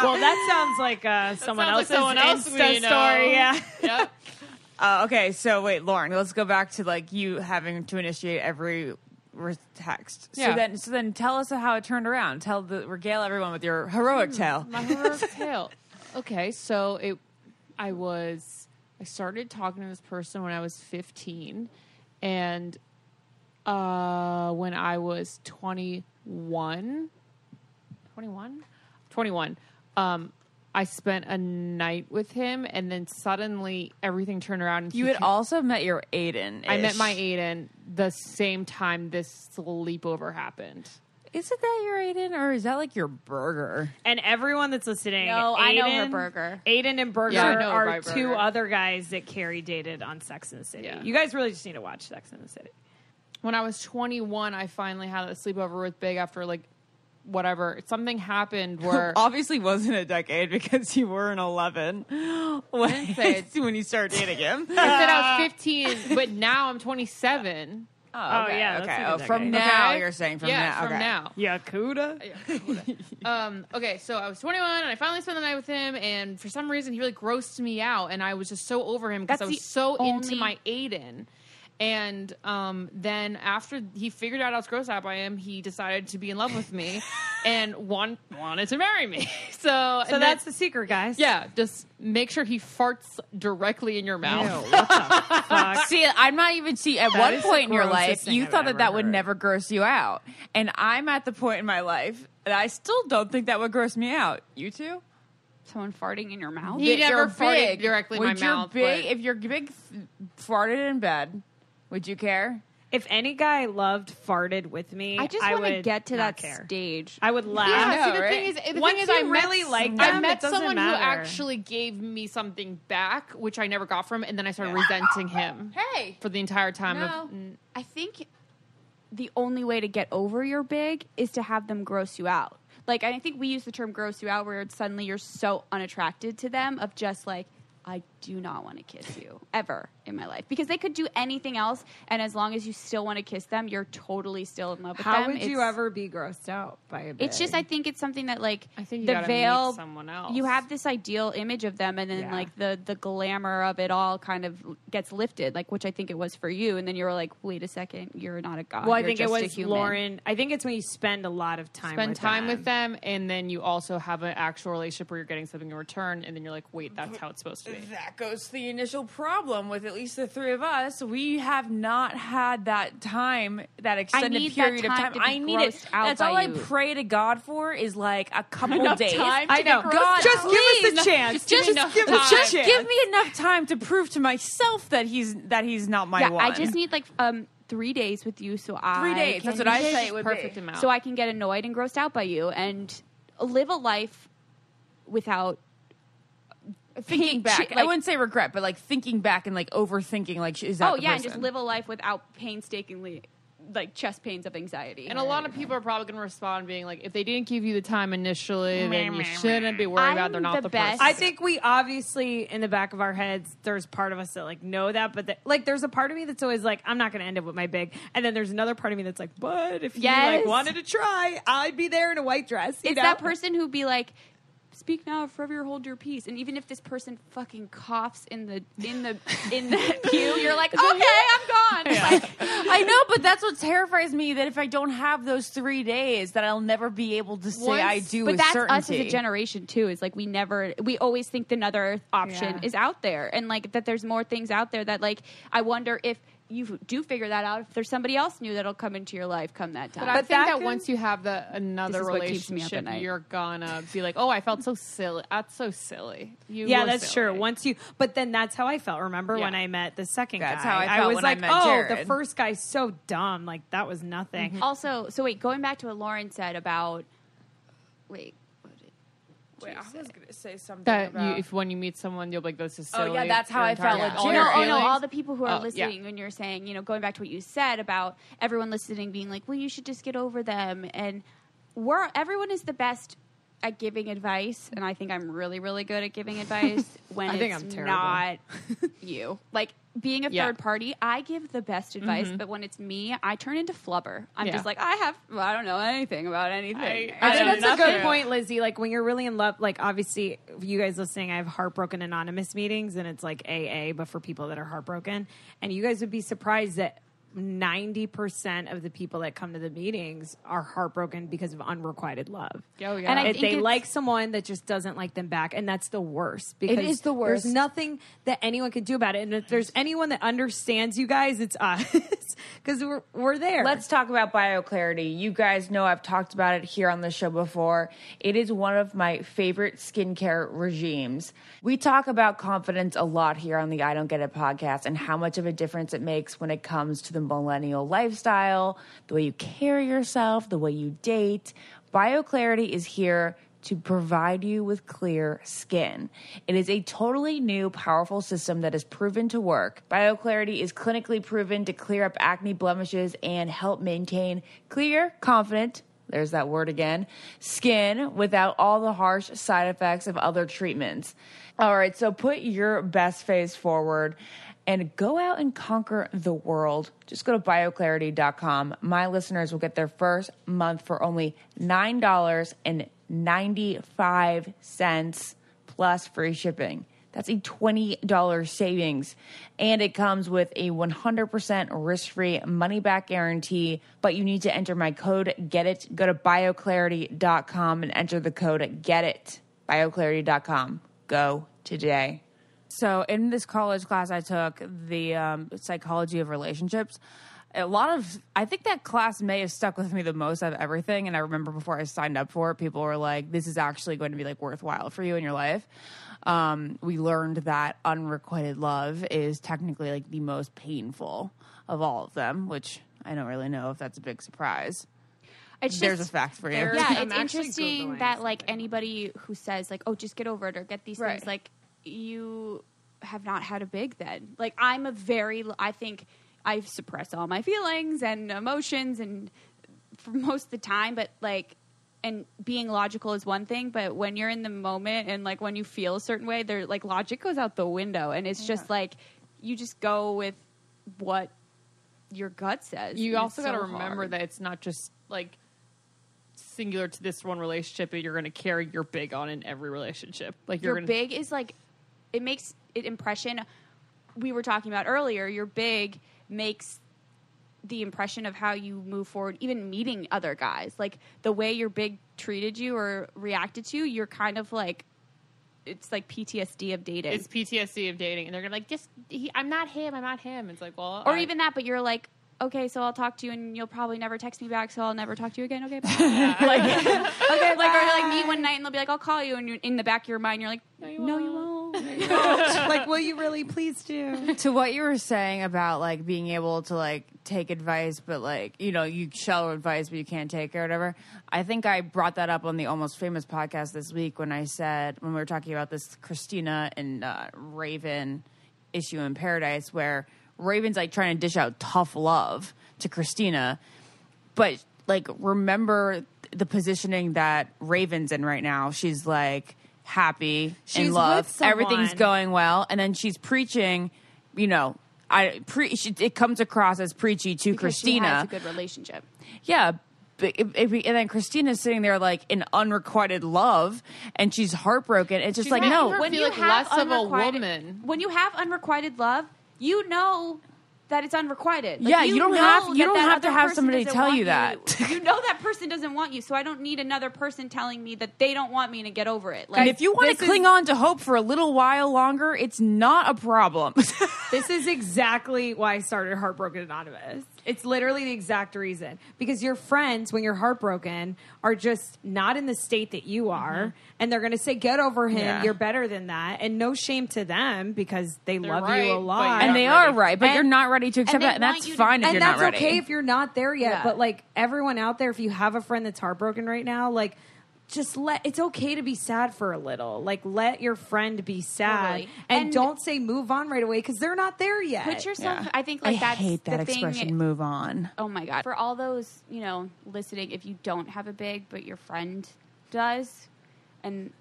Oh, that sounds like uh, sounds like someone else's someone else we Insta know. story. Yeah. Yep. Uh, okay, so wait, Lauren, let's go back to like you having to initiate every re- text. So Yeah. then, so then, tell us how it turned around. Tell the regale everyone with your heroic tale. Hmm. my heroic tale. Okay, so it, I was, I started talking to this person when I was 15, and uh, when I was 21, 21, 21, um, I spent a night with him, and then suddenly everything turned around. And You he had also met your Aiden. I met my Aiden the same time this sleepover happened. Is it that your Aiden, or is that like your burger? And everyone that's listening, Aiden, No, I know her burger. Aiden and Burger Yeah, I know are my two burger. other guys that Carrie dated on Sex and the City. Yeah. You guys really just need to watch Sex and the City. when I was 21, I finally had a sleepover with Big after like whatever. Something happened where Obviously, wasn't a decade because you were an eleven when, say when you started dating him. I said I was 15, but now I'm 27. Oh, okay, yeah, that's Okay. a good Oh, from decade. now, Okay? you're saying from yeah, now. from okay. now. Yakuda. Um, okay, so I was 21 and I finally spent the night with him, and for some reason he really grossed me out, and I was just so over him because That's I was the so into only- my Aiden. And um, then after he figured out I was grossed out by him, he decided to be in love with me and want, wanted to marry me. So, So that's the secret, guys. yeah, just make sure he farts directly in your mouth. Fuck. See, I'm not even see. At is one the point in your grossest life, thing you I've thought ever that that would heard. never gross you out, and I'm at the point in my life that I still don't think that would gross me out. You too? Someone farting in your mouth. He If you're never farted directly in would my your mouth, Big, but- If your big f- farted in bed, would you care? If any guy loved farted with me, I just want to get to that care. stage. I would laugh. Yeah, know, see, the right? thing is, the Once thing is, you I met really like I them, met it doesn't someone who matter. actually gave me something back, which I never got from, and then I started resenting him. Hey. for the entire time. No. Of, mm, I think the only way to get over your big is to have them gross you out. Like I think we use the term gross you out where it's suddenly you're so unattracted to them of just like I do not want to kiss you ever in my life because they could do anything else and as long as you still want to kiss them you're totally still in love with How them. would you It's- ever be grossed out by a? Big? It's just I think it's something that like I think you the gotta meet veil someone else. You have this ideal image of them and then Yeah. like the the glamour of it all kind of gets lifted, like which I think it was for you and then you were like, Wait a second, you're not a god. Well, I you're think it just a was human." Lauren. I think it's when you spend a lot of time spend with time them. with them, and then you also have an actual relationship where you're getting something in return, and then you're like, wait, that's how it's supposed to be. That goes to the initial problem with at least the three of us. We have not had that time, that extended need that period time of time. to be I need it. grossed out That's all by I you. pray to God for is like a couple days. I know. God, just give us please. a chance. Just, enough give, time. just give me enough time to prove to myself that he's that he's not my Yeah, one. I just need like um three days with you so I three days. can- That's what I Just say. It would perfect be. amount. so I can get annoyed and grossed out by you and live a life without thinking Pink back. chi- I like- wouldn't say regret, but like thinking back and like overthinking. Like, sh- is that? Oh the yeah, and just person? live a life without painstakingly like chest pains of anxiety. And a lot of people are probably going to respond being like, if they didn't give you the time initially, then you shouldn't be worried about. I'm They're not the, the best. I think we obviously, in the back of our heads, there's part of us that like know that, but that, like there's a part of me that's always like, I'm not going to end up with my big, and then there's another part of me that's like, but if you Yes. like wanted to try, I'd be there in a white dress. you it's know? that person who'd be like, "Speak now, or forever hold your peace." And even if this person fucking coughs in the in the in the pew, you're like, "Okay, I'm gone." Like, I know, but that's what terrifies me. That if I don't have those three days, that I'll never be able to say Once- I do. but with that's certainty. us as a generation too. Is like we never, we always think another option Yeah. is out there, and like that there's more things out there that like I wonder if you do figure that out if there's somebody else new that'll come into your life come that time. But I think that that, can- once you have the another This is what keeps me up at relationship, night. you're gonna be like, "Oh, I felt so silly. That's so silly." You Yeah, were that's silly. true. Once you, but then that's how I felt. Remember when Yeah. I met the second That's guy? how I felt was when I like, met oh, the Jared." Mm-hmm. first guy's so dumb. Like that was nothing. also, so wait, going back to what Lauren said about wait, what did Wait, I was gonna say something that you, about. if when you meet someone, you'll be like, "This is Oh, yeah, silly." that's how your I entire felt life. with All Jared. your no, oh no, feelings. all the people who are Oh, yeah. listening and you're saying, you know, going back to what you said about everyone listening being like, well, you should just get over them. And we're, everyone is the best at giving advice. And I think I'm really, really good at giving advice when I think it's I'm terrible. not you. Like being a Yeah. third party, I give the best advice, Mm-hmm. but when it's me, I turn into flubber. I'm Yeah. just like, I have, well, I don't know anything about anything. I think don't that's know. a good point, Lizzie. Like when you're really in love, like obviously you guys listening, I have heartbroken anonymous meetings, and it's like AA, but for people that are heartbroken. And you guys would be surprised that ninety percent of the people that come to the meetings are heartbroken because of unrequited love. Oh, yeah. And I If think they it's- like someone that just doesn't like them back, and that's the worst. Because is the worst. There's nothing that anyone can do about it. And if there's anyone that understands you guys, it's us because we're we're there. Let's talk about BioClarity. You guys know I've talked about it here on the show before. It is one of my favorite skincare regimes. We talk about confidence a lot here on the I Don't Get It podcast and how much of a difference it makes when it comes to the millennial lifestyle, the way you carry yourself, the way you date. BioClarity is here to provide you with clear skin. It is a totally new, powerful system that is proven to work. BioClarity is clinically proven to clear up acne blemishes and help maintain clear, confident, There's that word again. Skin without all the harsh side effects of other treatments. All right, so put your best face forward and go out and conquer the world. Just go to bioclarity.com. My listeners will get their first month for only $9.95 plus free shipping. That's a $20 savings. And it comes with a 100% risk free money back guarantee. But you need to enter my code GET IT. Go to bioclarity.com and enter the code GET IT. Bioclarity.com. Go today. So, in this college class I took, the um, psychology of relationships, a lot of, I think that class may have stuck with me the most out of everything. And I remember before I signed up for it, people were like, this is actually going to be like worthwhile for you in your life. Um, we learned that unrequited love is technically like the most painful of all of them, which I don't really know if that's a big surprise. It's There's a just- fact for you. there- yeah, I'm it's actually interesting Googling that like anybody who says like, "Oh, just get over it" or get these Right. things, like you have not had a big then. Like I'm a very, I think I suppress all my feelings and emotions and for most of the time, but like. And being logical is one thing, but when you're in the moment and like when you feel a certain way, there like logic goes out the window, and it's just like you just go with what your gut says. You and also it's so got to remember hard. that it's not just like singular to this one relationship, but you're going to carry your big on in every relationship. Like you're going your to big is like it makes it impression we were talking about earlier your big makes the impression of how you move forward even meeting other guys like the way your big treated you or reacted to you you're kind of like it's like ptsd of dating it's PTSD of dating, and they're gonna like just he, I'm not him, I'm not him. It's like well, or I- even that but you're like okay so i'll talk to you and you'll probably never text me back so i'll never talk to you again okay bye. Okay, like or like meet one night and they'll be like i'll call you and you're, in the back of your mind you're like no you won't, like, will you really please do? to what you were saying about like being able to like take advice but like you know you shall advice but you can't take it or whatever i think i brought that up on the almost famous podcast this week when i said when we were talking about this christina and uh, raven issue in paradise where raven's like trying to dish out tough love to christina but like remember the positioning that Raven's in right now. She's like happy She's in love. with someone. Everything's going well, and then she's preaching. You know, I pre- she, it comes across as preachy to because she Christina. has a good relationship Yeah. But if, if we, and then Christina's sitting there like in unrequited love, and she's heartbroken. It's just like making no, her when feel you like have less of a unrequited- woman. when you have unrequited love, you know that it's unrequited. Like, Yeah, you don't have- know you that don't that have to other have person somebody doesn't tell want you that. you know that person doesn't want you, so I don't need another person telling me that they don't want me to get over it. Like and if you want to this cling is- on to hope for a little while longer, it's not a problem. This is exactly why I started Heartbroken Anonymous. It's literally the exact reason because your friends, when you're heartbroken, are just not in the state that you are, and they're going to say, "Get over him. Yeah. You're better than that." And no shame to them because they They're love right, but you a you're lot, not and they are right, but you're not ready to accept they that. And want that's you to- fine if and you're that's not ready. okay if you're not there yet. Yeah. But like everyone out there, if you have a friend that's heartbroken right now, like just let it's okay to be sad for a little. Like let your friend be sad, Totally. and, And- don't say move on right away because they're not there yet. put yourself, Yeah. I think like that's the thing. Move on. Oh my god! For all those you know listening, if you don't have a big but your friend does, and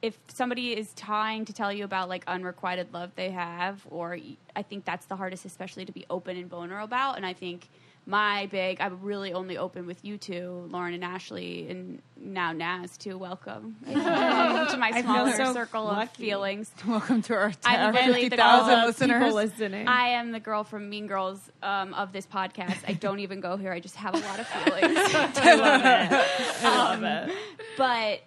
if somebody is trying to tell you about like unrequited love they have, or I think that's the hardest, especially to be open and vulnerable about. And I think my big, I'm really only open with you two, Lauren and Ashley, and now Naz too. Welcome, welcome to my feel smaller so circle of lucky. feelings. Welcome to our, I'm literally the girl- people listening. I am the girl from Mean Girls um, of this podcast. I don't even go here. I just have a lot of feelings. Um, but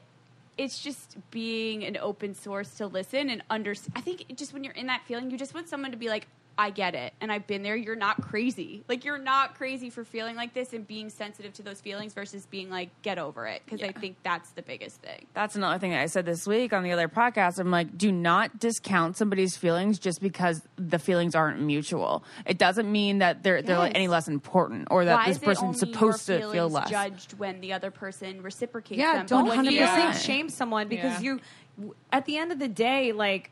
it's just being an open source to listen and understand. I think it just when you're in that feeling, you just want someone to be like, I get it. And I've been there. You're not crazy. Like, you're not crazy for feeling like this and being sensitive to those feelings versus being like, get over it. Because I think that's the biggest thing. That's another thing that I said this week on the other podcast. I'm like, do not discount somebody's feelings just because the feelings aren't mutual. It doesn't mean that they're they're like Yes. any less important or that Why this is it person's only your supposed to feel feelings less. judged when the other person reciprocates yeah, them? But don't when hundred you- percent Yeah. shame someone because Yeah. you. At the end of the day, like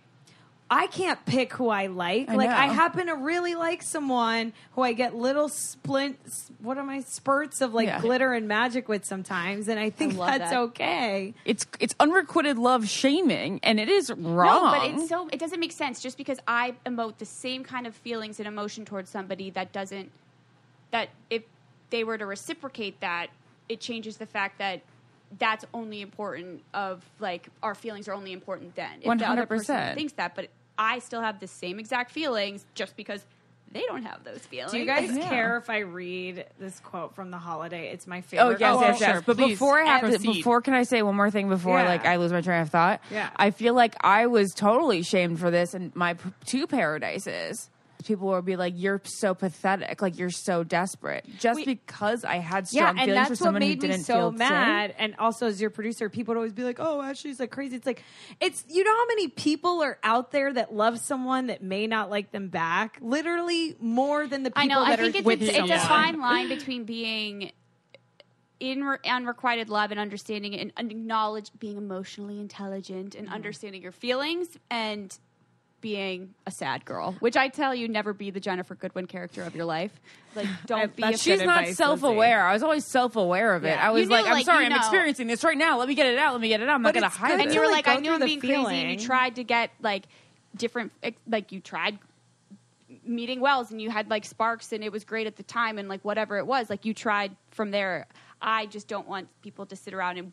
I can't pick who I like. like know. I happen to really like someone who I get little splints. What am I spurts of like Yeah. glitter and magic with sometimes, and I think love that's that. okay. It's it's unrequited love shaming, and it is wrong. No, but it's so it doesn't make sense just because I emote the same kind of feelings and emotion towards somebody that doesn't that if they were to reciprocate that, it changes the fact that that's only important of like our feelings are only important then. If the other person 100%. thinks that, but I still have the same exact feelings just because they don't have those feelings. Do you guys Yeah. care if I read this quote from the holiday? It's my Oh favorite. yes, yes, sure, yes. But please, before I have to, proceed. before can I say one more thing before Yeah. like I lose my train of thought? Yeah. I feel like I was totally shamed for this in my p- two paradises. People would be like, "You're so pathetic. Like you're so desperate." Just because I had yeah, strong and feelings for that's what someone who made me didn't so feel mad. And also, as your producer, people would always be like, "Oh, Ashley's like crazy." It's like, it's you know how many people are out there that love someone that may not like them back. Literally more than the people I know. I that think are it's, with it's, it's a someone. fine line between being in re- unrequited love and understanding and and acknowledge being emotionally intelligent Mm-hmm. and understanding your feelings and being a sad girl, which I tell you, never be the Jennifer Goodwin character of your life. Like, don't be. A, that's She's good not advice, Lizzie. self-aware. I was always self-aware of it. I was You knew, like, "I'm like, you sorry, I'm know. experiencing this right now. Let me get it out. Let me get it out. I'm But not it's gonna hide good it." and to, you were really like, go I knew through I'm the being crazy, and feeling. you tried to get like different, ex- like you tried meeting Wells, and you had like sparks, and it was great at the time, and like whatever it was, like you tried from there. I just don't want people to sit around and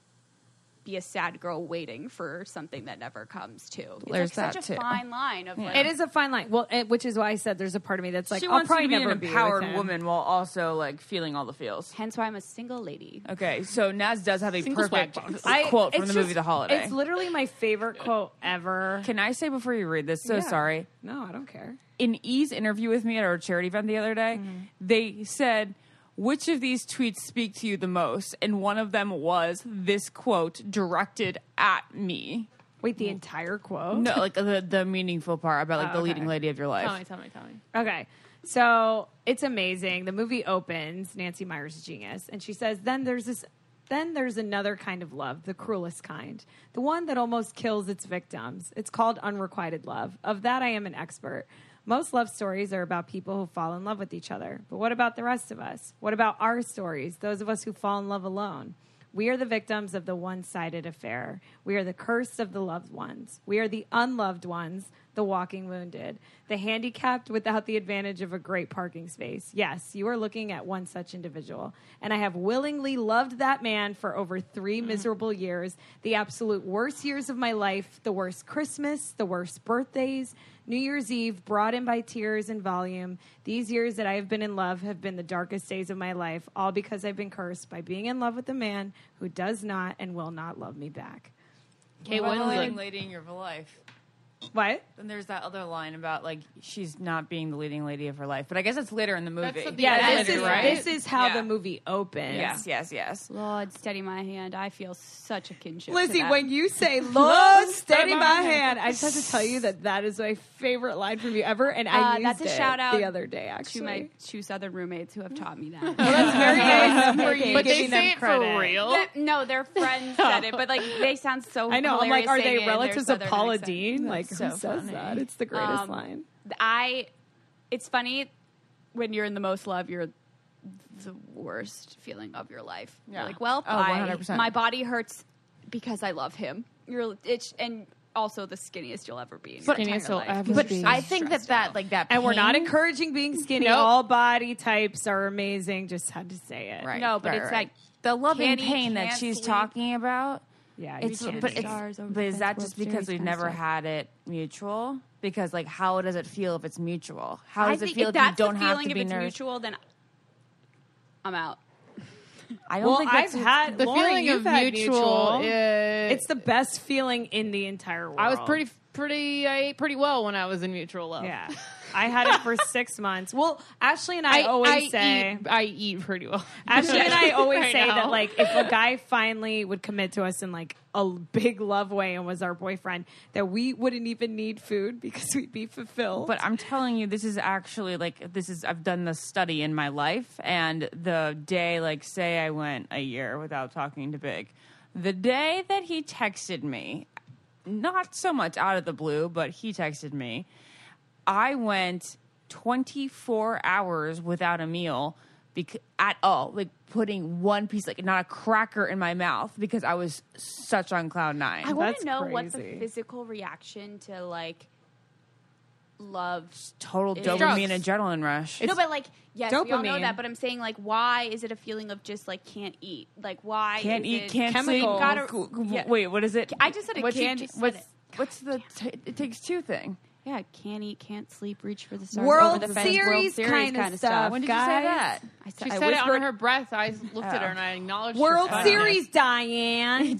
be a sad girl waiting for something that never comes to. It's like, There's that, such too. a fine line of like, It is a fine line. Well, and- which is why I said there's a part of me that's like, she I'll wants probably to be never an be with empowered him. woman while also like feeling all the feels. Hence why I'm a single lady. Okay, so Naz does have a Single swag perfect bonus. I- quote from it's the just- movie The Holiday. It's literally my favorite quote ever. Can I say before you read this? So Yeah. sorry. No, I don't care. In E's interview with me at our charity event the other day, Mm-hmm. they said, which of these tweets speak to you the most? And one of them was this quote directed at me. Wait, the entire quote? No, like the, the meaningful part about like the okay. leading lady of your life. Oh, Tell me, tell me, tell me. Okay. So it's amazing. The movie opens, Nancy Meyer's a genius, and she says, Then there's this then there's another kind of love, the cruelest kind, the one that almost kills its victims. It's called unrequited love. Of that I am an expert. Most love stories are about people who fall in love with each other. But what about the rest of us? What about our stories, those of us who fall in love alone? We are the victims of the one sided affair. We are the curse of the loved ones. We are the unloved ones, the walking wounded, the handicapped without the advantage of a great parking space. Yes, you are looking at one such individual. And I have willingly loved that man for over three miserable years the absolute worst years of my life, the worst Christmas, the worst birthdays. New Year's Eve, brought in by tears and volume. These years that I have been in love have been the darkest days of my life, all because I've been cursed by being in love with a man who does not and will not love me back. Kate About the Winslet. leading lady in your life. What? Then there's that other line about like she's not being the leading lady of her life, but I guess that's later in the movie. That's at the Yeah, end, this is right? this is how Yeah. the movie opens. yes, yes, yes. Lord, steady my hand. I feel such a kinship. to Lizzie, that. when you say "Lord, steady my hand," I just have to tell you that that is my favorite line from you ever, and I Uh, used that's a it shout out the other day. to Actually, my two southern roommates Mm. who have taught me that. that's very nice. for you But they giving them say it credit. for real. Th- no, their friends said it, but like they sound so. I know. I'm like, hilarious are saying it they in their relatives of southern Paula accent. Dean? Like, so who says funny. that? It's the greatest Um, line. I, it's funny when you're in the most love, you're the worst feeling of your life. You're Yeah. like, well, Oh, I, 100%. my body hurts because I love him. You're it's and also the skinniest you'll ever be. In your Skinniest entire you'll life. ever be. I think that that like that, And we're not pain- encouraging being skinny. Nope. All body types are amazing. Just had to say it. Right. No, but right, it's right. like the loving can't eat, pain that can't she's sleep. talking about. Yeah. you It's can't but do it's that. but is that just because we've never had it mutual? Because like, how does it feel if it's mutual? How I does it think feel if if that's you don't the have feeling, to if be it's nourished? mutual, then I'm out. I don't well, think I've that's had The Lauren, feeling you've of had mutual. It's the best feeling in the entire world. I was pretty, pretty, I ate pretty well when I was in mutual love. Yeah. I had it for six months. Well, Ashley and I I, always I say. eat, I eat pretty well. Ashley and I always Right say now. that like if a guy finally would commit to us in like a l- big love way and was our boyfriend, that we wouldn't even need food because we'd be fulfilled. But I'm telling you, this is actually like this is. I've done this study in my life, and the day, like, say I went a year without talking to Big, the day that he texted me not so much out of the blue, but he texted me. I went 24 hours without a meal bec- at all, like putting one piece, like not a cracker in my mouth because I was such on cloud nine. I want That's to know what the crazy. physical reaction to like love. Total It's dopamine drugs. adrenaline rush. no, but like yes, we all know dopamine. that. But I'm saying like, why is it a feeling of just like can't eat? Like why can't is eat, it can't sleep. chemicals. gotta- g- g- Yeah. Wait, what is it? I just said it, What's can't it- just said what's, it. what's the t- it takes two thing? Yeah, can't eat, can't sleep, reach for the stars, World over the fence, World Series Series kinda kinda stuff. When did you say Guys. that? I said, She I said it whispered- under her breath. I looked at her and I acknowledged her Oh. World kindness. Series, Diane.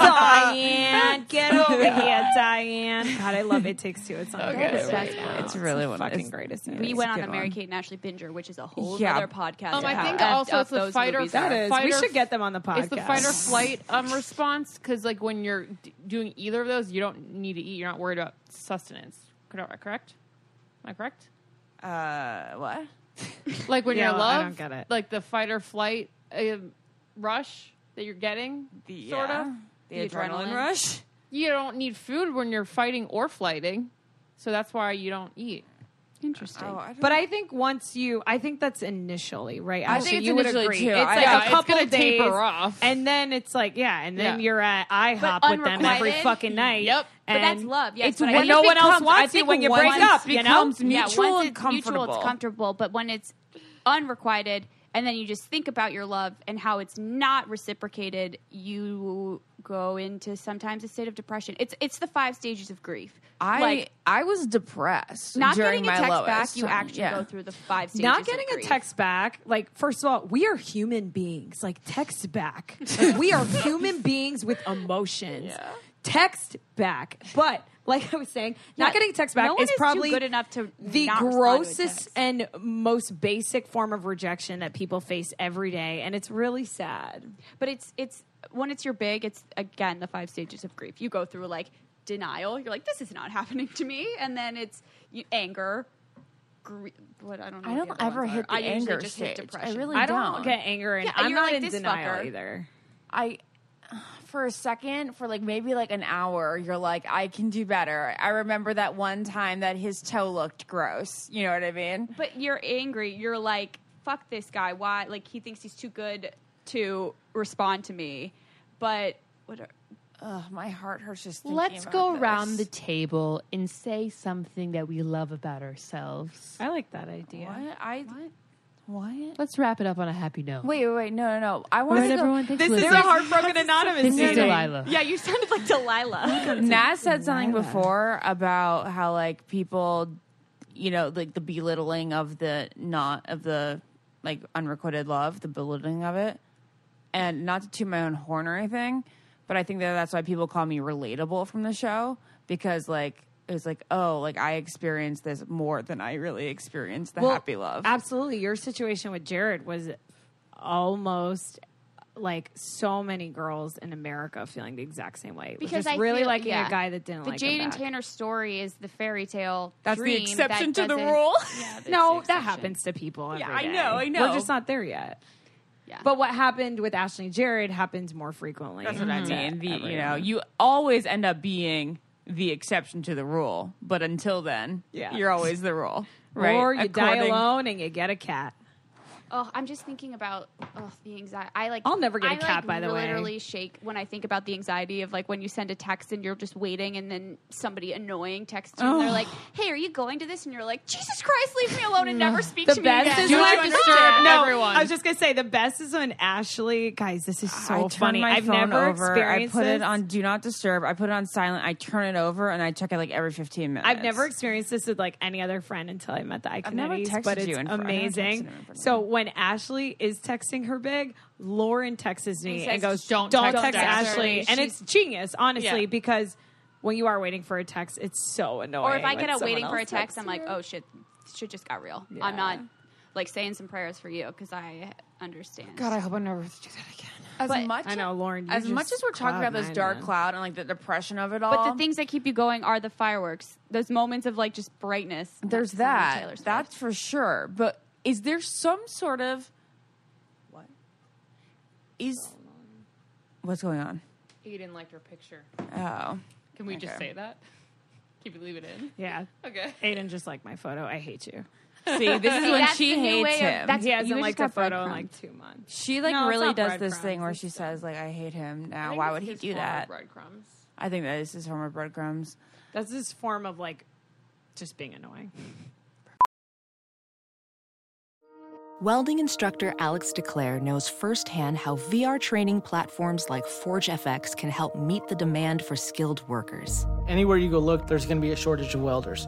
Diane, get over here, Diane. God, I love It Takes Two. It's on Okay. right It's now. really a one- fucking it's- greatest. We movie. went a on the good Mary one. Kate and Ashley binger, which is a whole Yeah. other podcast. Um, I how think effed also up it's the those fight or movies flight. That are. is. Fight we or- should get them on the podcast. It's the fight or flight um, response because, like, when you're d- doing either of those, you don't need to eat. You're not worried about sustenance. Correct? Correct? Am I correct? Uh, what? Like when Yeah, you're well, I love, don't get it. like the fight or flight um, rush that you're getting, sort of. the adrenaline, adrenaline. rush. You don't need food when you're fighting or flighting, so that's why you don't eat. Oh, Interesting. But I think once you, I think that's initially right. I Ashley, think it's you would initially, agree. too. It's I- like yeah, a it's couple gonna days, taper off. and then it's like yeah, and then Yeah. you're at IHOP with them every unrequited? fucking night. Yep. But and that's love. Yeah, it's but I when think no it one else becomes- wants I it think when you once- break up, you know? becomes yeah, mutual and once it's mutual, comfortable. it's comfortable. But when it's unrequited, and then you just think about your love and how it's not reciprocated, you go into sometimes a state of depression. It's it's the five stages of grief. I like I was depressed not during getting a my text lowest back. You time. actually Yeah. go through the five stages. not of getting a grief. text back. Like, first of all, we are human beings. Like, text back. Like, we are human beings with emotions. Text back. But like I was saying, Yeah, not getting a text back no one is is too probably good enough to the not respond to a grossest text. and most basic form of rejection that people face every day, and it's really sad. But it's it's when it's your big, it's again the five stages of grief. You go through like denial. You're like, this is not happening to me, and then it's you, anger. Gr- what I don't. Know I what the don't other ever ones hit are. I the usually anger just stage. Hit I depression. really I don't, get anger, and Yeah, I'm you're not like, in "This denial fucker." either. I for a second, for like maybe like an hour, you're like, I can do better. I remember that one time that his toe looked gross. You know what I mean? But you're angry. You're like, fuck this guy. Why? Like he thinks he's too good to respond to me. But what? Are, Ugh, my heart hurts just. Thinking Let's about go this. around the table and say something that we love about ourselves. I like that idea. What? I what? Wait, Let's wrap it up on a happy note. wait, wait! No, no, no! I All want right, to go. everyone. Thanks This for is a listening. heartbroken anonymous. This is meeting. Delilah. yeah, you sounded like Delilah. Nat said something before about how like people, you know, like the belittling of the not of the like unrequited love, the belittling of it, and not to toot my own horn or anything, but I think that that's why people call me relatable from the show because like it's like oh like I experienced this more than I really experienced the Well, happy love. Absolutely. Your situation with Jared was almost like so many girls in America feeling the exact same way. Because Just really feel- liking yeah. a guy that didn't the like Jade him and back. Tanner story is the fairy tale. That's the dream that exception to the doesn't- rule. Yeah, that's the No, that exception. happens to people. every I day. know, I know. We're just not there yet. Yeah. But what happened with Ashley and Jared happens more frequently. Mm-hmm. That's what I to mean. The, you know, everyone. you always end up being the exception to the rule, but until then, Yeah. you're always the rule, right? Or you die According- alone and you get a cat. Oh, I'm just thinking about oh, the anxiety. I like. I'll never get I, a cat, like, by the way. Literally shake when I think about the anxiety of like when you send a text and you're just waiting, and then somebody annoying texts you, Oh. and they're like, "Hey, are you going to this?" And you're like, "Jesus Christ, leave me alone and never speak The to best me is again." Do when not I- disturb no, everyone. I was just gonna say the best is when Ashley. Guys, this is so I turn funny. my I've phone never over. I experienced put it this. on do not disturb. I put it on silent. I turn it over and I check it like every 15 minutes. I've never experienced this with like any other friend until I met the Iconettes, never texted but it's you in fr- I've never texted amazing. him in front of So when Ashley is texting her big, Lauren texts me and says, goes, "Don't "Don't, text, text her." Ashley," and it's genius, honestly, Yeah. because when you are waiting for a text, it's so annoying. Or if I when get out someone waiting for a else text, texts I'm you. like, "Oh shit, shit just got real." I'm not like saying some prayers for you because I understand. God, I hope I never have to do that again. as much I know, Lauren, you As just much as we're talking cloud about this nine, dark man. cloud and like the depression of it all, But the things that keep you going are the fireworks, those moments of like just brightness. there's Someone that. Taylor Swift. That's for sure. But is there some sort of what is what's going on? He didn't like your picture. Oh. Can we just Okay. say that? Keep it, leave it in. Yeah. Okay. Aiden just liked my photo. I hate you. See, this is when that's she the new hates way of- him. that's- He You hasn't just liked a got photo in breadcrumbs. like two months. she like No, it's really not does this breadcrumbs, thing where it's she says like, "I hate him now." I Why think would he it's do his form of that? Breadcrumbs. I think that is his form of breadcrumbs. That's his form of like just being annoying. Welding instructor Alex DeClaire knows firsthand how VR training platforms like ForgeFX can help meet the demand for skilled workers. Anywhere you go look, there's going to be a shortage of welders.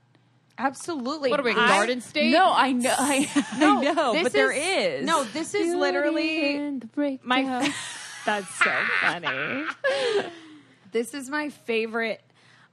Absolutely. What are we, garden state? No, I know, I, I know, but there is No, this is literally my. That's so funny. this is my favorite.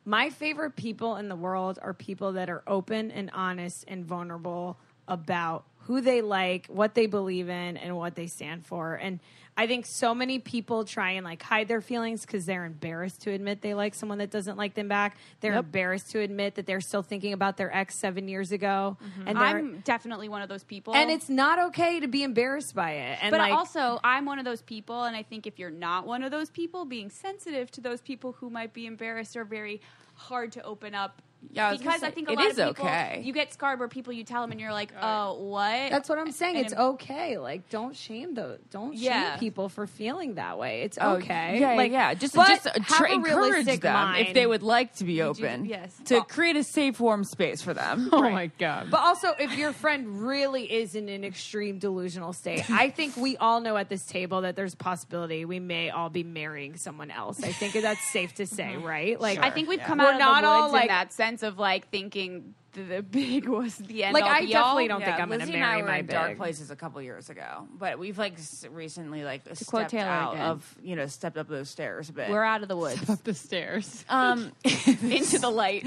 My favorite people in the world are people that are open and honest and vulnerable about who they like, what they believe in, and what they stand for. And I think so many people try and like hide their feelings because they're embarrassed to admit they like someone that doesn't like them back. They're embarrassed to admit that they're still thinking about their ex seven years ago. And they're- Mm-hmm. I'm definitely one of those people. and it's not okay to be embarrassed by it. And but like, also I'm one of those people, and I think if you're not one of those people, being sensitive to those people who might be embarrassed are very hard to open up. Yeah, I was gonna because I say, think a it lot is of people okay. you get scarred where people you tell them and you're like, oh, what? That's what I'm saying. And it's I'm- okay. Like, don't shame those. Don't Yeah. shame people for feeling that way. It's Oh, okay. Yeah, like, yeah. Just, but just uh, have try- a encourage realistic them if mind. they would like to be open. yes. To create a safe, warm space for them. Oh my god. But also, also, if your friend really is in an extreme delusional state, I think we all know at this table that there's a possibility we may all be marrying someone else. I think that's safe to say, Mm-hmm. right? Like, I think we've come We're out of not the all, woods like- in that sense of like thinking the, the big was the end. Like, all I be definitely all. don't think I'm gonna Lizzie marry and I were my in dark big. places a couple years ago, but we've like s- recently like stepped quote Taylor out again. of you know stepped up those stairs a bit. We're out of the woods Up the stairs. um, into the light.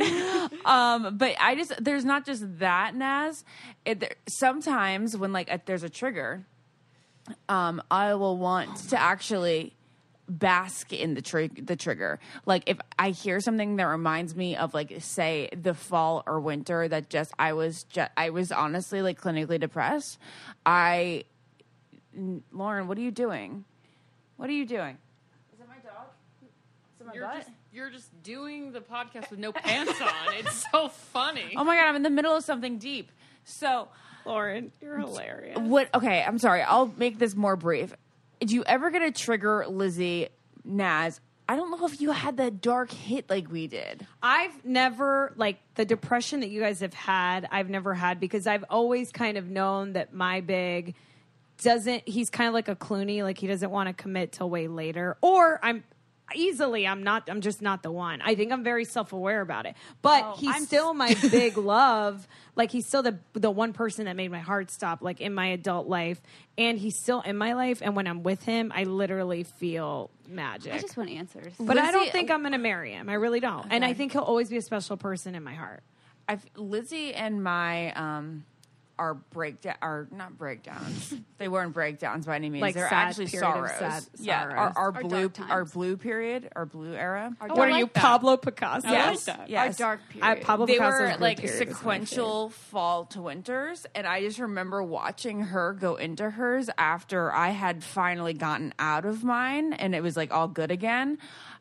um, but I just there's not just that Naz. It, there, sometimes when like a, there's a trigger, um, I will want to actually bask in the trig the trigger. Like if I hear something that reminds me of like say the fall or winter that just I was ju- I was honestly like clinically depressed. I N- Lauren, what are you doing? What are you doing? Is that my dog? Is it my You're butt? just, you're just doing the podcast with no pants on. It's so funny. Oh my god, I'm in the middle of something deep. So Lauren, you're hilarious. what okay, I'm sorry, I'll make this more brief. Do you ever get a trigger, Lizzie, Naz? I don't know if you had that dark hit like we did. I've never like the depression that you guys have had. I've never had because I've always kind of known that my big doesn't. He's kind of like a Clooney, like he doesn't want to commit till way later. Or I'm easily. I'm not. I'm just not the one. I think I'm very self aware about it. But Oh, he's I'm still my big love. Like he's still the the one person that made my heart stop. Like in my adult life, and he's still in my life. And when I'm with him, I literally feel magic. I just want answers. But I don't Lizzie- think I'm going to marry him. I really don't. And I think he'll always be a special person in my heart. I've Lizzie and my um our breakdown are not breakdowns. they weren't breakdowns by any means. Like They're sad actually period of sorrows. sad yeah, sorrows. our, our, dark blue times. our blue period, our blue era. Our dark- you, Pablo Picasso? yes, that. yes. Our dark I, period. Pablo they Picasso's were blue like period was my sequential fall to winters and i just remember watching her go into hers after i had finally gotten out of mine and it was like all good again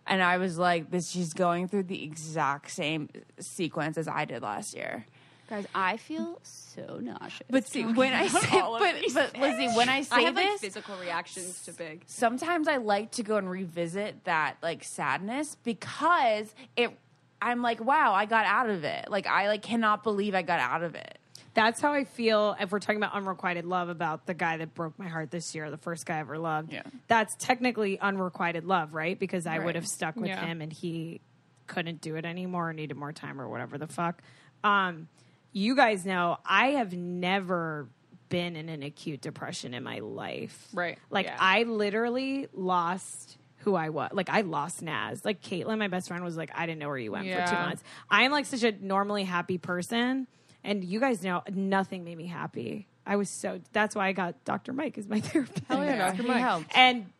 and i was like this she's going through the exact same sequence as i did last year Guys, I feel so nauseous. but see when i say but, but lizzie when i say I have like this physical reactions to big. sometimes I like to go and revisit that like sadness because it I'm like, wow, I got out of it. Like I like cannot believe I got out of it. favorite. That's how I feel if we're talking about unrequited love about the guy that broke my heart this year, the first guy I ever loved. Yeah. That's technically unrequited love, right? Because I Right. would have stuck with Yeah. him and he couldn't do it anymore or needed more time or whatever the fuck. Um, you guys know I have never been in an acute depression in my life. Right. Like Yeah. I literally lost who I was. Like I lost Naz. Like Caitlin, my best friend, was like, I didn't know where you went for two Yeah. months. I'm like such a normally happy person, and you guys know nothing made me happy. I was so. That's why I got Dr. Mike as my therapist. Oh yeah, Dr. Mike. And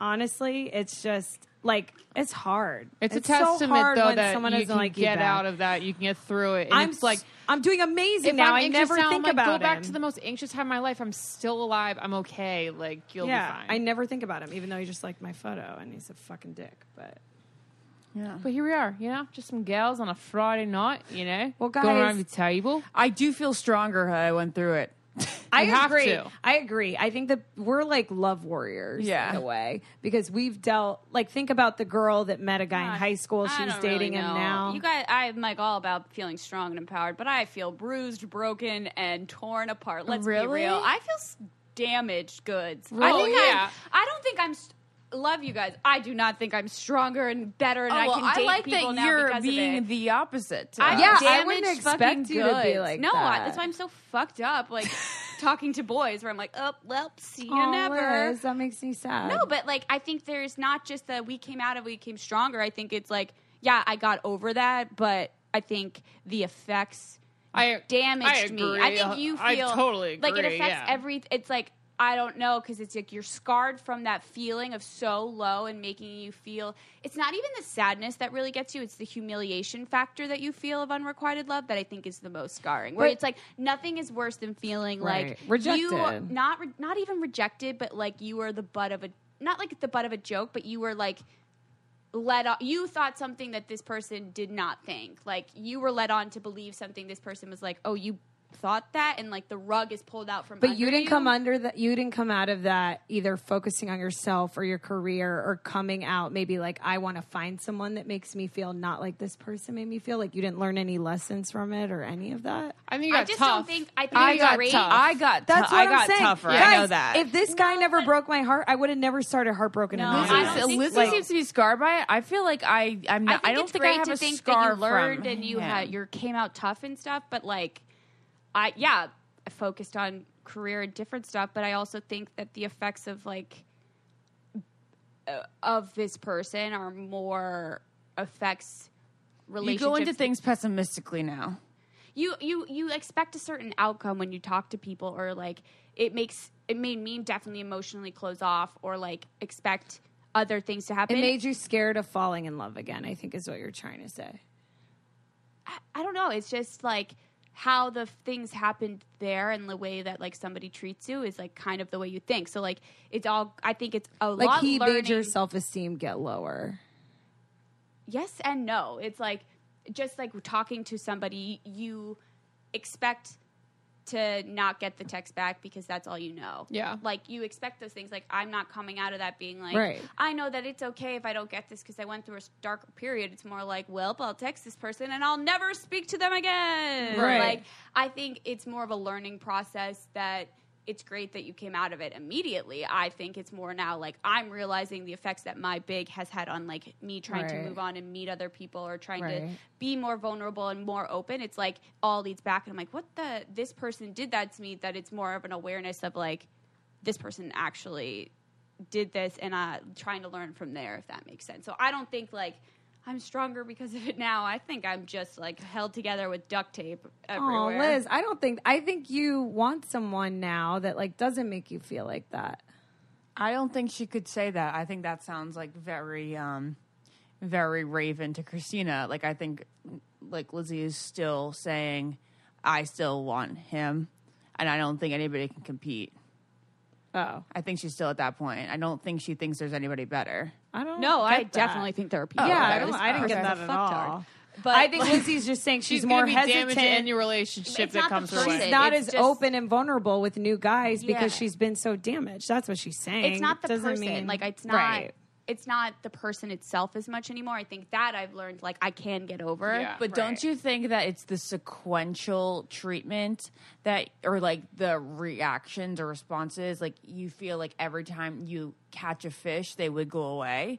honestly, it's just like it's hard. It's, a so testament hard though when that someone you doesn't can like get back. out of that. You can get through it. And I'm it's like like I'm doing amazing if now. I'm i anxious never now, think I'm like, go about back him. to the most anxious time of my life. I'm still alive. I'm okay. Like you'll yeah, be fine. I never think about him, even though he just liked my photo and he's a fucking dick. But But here we are, you know, just some gals on a Friday night, you know, Well, going around guys- the table. I do feel stronger how I went through it. I have agree. to. I agree. I think that we're like love warriors Yeah. in a way because we've dealt. Like, think about the girl that met a guy in high school. I She was don't really dating him know. now. You guys, I'm like all about feeling strong and empowered, but I feel bruised, broken, and torn apart. Let's be Really? real. I feel s- damaged goods. I Oh, think yeah. I'm, I don't think I'm. St- love you guys. I do not think I'm stronger and better, and I Oh, well, can date like people that now you're because of being it. the opposite. I'm Yeah, damaged I wouldn't fucking expect you to be goods. like no, I- that. that's why I'm so fucked up. Like talking to boys, where I'm like, oh, well, see you Aw, never. Liz, that makes me sad. No, but like I think there's not just that we came out of it, we came stronger. I think it's like, yeah, I got over that, but I think the effects I damaged I me. agree. I think you I feel totally like it agree, affects yeah. every. It's like I don't know because it's like you're scarred from that feeling of so low and making you feel. It's not even the sadness that really gets you. It's the humiliation factor that you feel of unrequited love that I think is the most scarring. Where But- it's like nothing is worse than feeling Right. like You, Rejected. not re- not even rejected, but like you were the butt of a not like the butt of a joke, but you were like led on, you thought something that this person did not think like you were led on to believe something this person was like oh you thought that and like the rug is pulled out from But under you didn't come under that. You didn't come out of that either focusing on yourself or your career or coming out maybe like I want to find someone that makes me feel not like this person made me feel. Like you didn't learn any lessons from it or any of that. I think you I got just tough. don't think I think I it's got great. tough. I got. That's tou- what I got am saying. tougher. I Guys, know that. If this guy never broke my heart, I would have never started heartbroken. No, in my I don't life. Lizzie, Lizzie think so. seems to be scarred by it. I feel like I. I'm I not. think I, don't it's think great I have to a think scar that you learned from. and you him. had you came out tough and stuff. But like, I yeah, I focused on career and different stuff. But I also think that the effects of like uh, of this person are more affects You relationships. go into things pessimistically now. you you you expect a certain outcome when you talk to people or like it makes it made me definitely emotionally close off or like expect other things to happen It made you scared of falling in love again. I think is what you're trying to say. I don't know. It's just like how the things happened there and the way that like somebody treats you is like kind of the way you think. So like it's all. I think it's a Like lot. he learning. made your self esteem get lower. Yes and no. It's like just like talking to somebody you expect to not get the text back because that's all you know. Yeah. Like you expect those things. Like I'm not coming out of that being like, Right. I know that it's okay if I don't get this because I went through a s- dark period. It's more like, well, I'll text this person and I'll never speak to them again. Right. Like I think it's more of a learning process that it's great that you came out of it immediately. I think it's more now like I'm realizing the effects that my big has had on like me trying to Right. move on and meet other people or trying to Right. be more vulnerable and more open. It's like all leads back and I'm like, what the this person did that to me that it's more of an awareness of like this person actually did this and uh trying to learn from there if that makes sense. So I don't think like I'm stronger because of it now. I think I'm just like held together with duct tape Oh, everywhere. Liz, I don't think I think you want someone now that like doesn't make you feel like that. I don't think she could say that. I think that sounds like very, um, very Raven to Christina. Like I think, like Lizzie is still saying, I still want him, and I don't think anybody can compete. Oh, I think she's still at that point. I don't think she thinks there's anybody better. I don't. No, get I that. definitely think there are people. Yeah, out Oh, I, there. don't, This I didn't get person's that a at fucktard. all. But I think Lizzie's just saying she's, She's more gonna be hesitant. damaged in any relationship It's that not the comes her person. way. she's not It's as just- open and vulnerable with new guys Yeah. because she's been so damaged. That's what she's saying. it's not the Doesn't person. mean- like it's not. Right. It's not the person itself as much anymore. I think that I've learned. Like I can get over. Yeah. But don't you think that it's the sequential treatment that, or like the reactions or responses? Like you feel like every time you catch a fish, they would go away.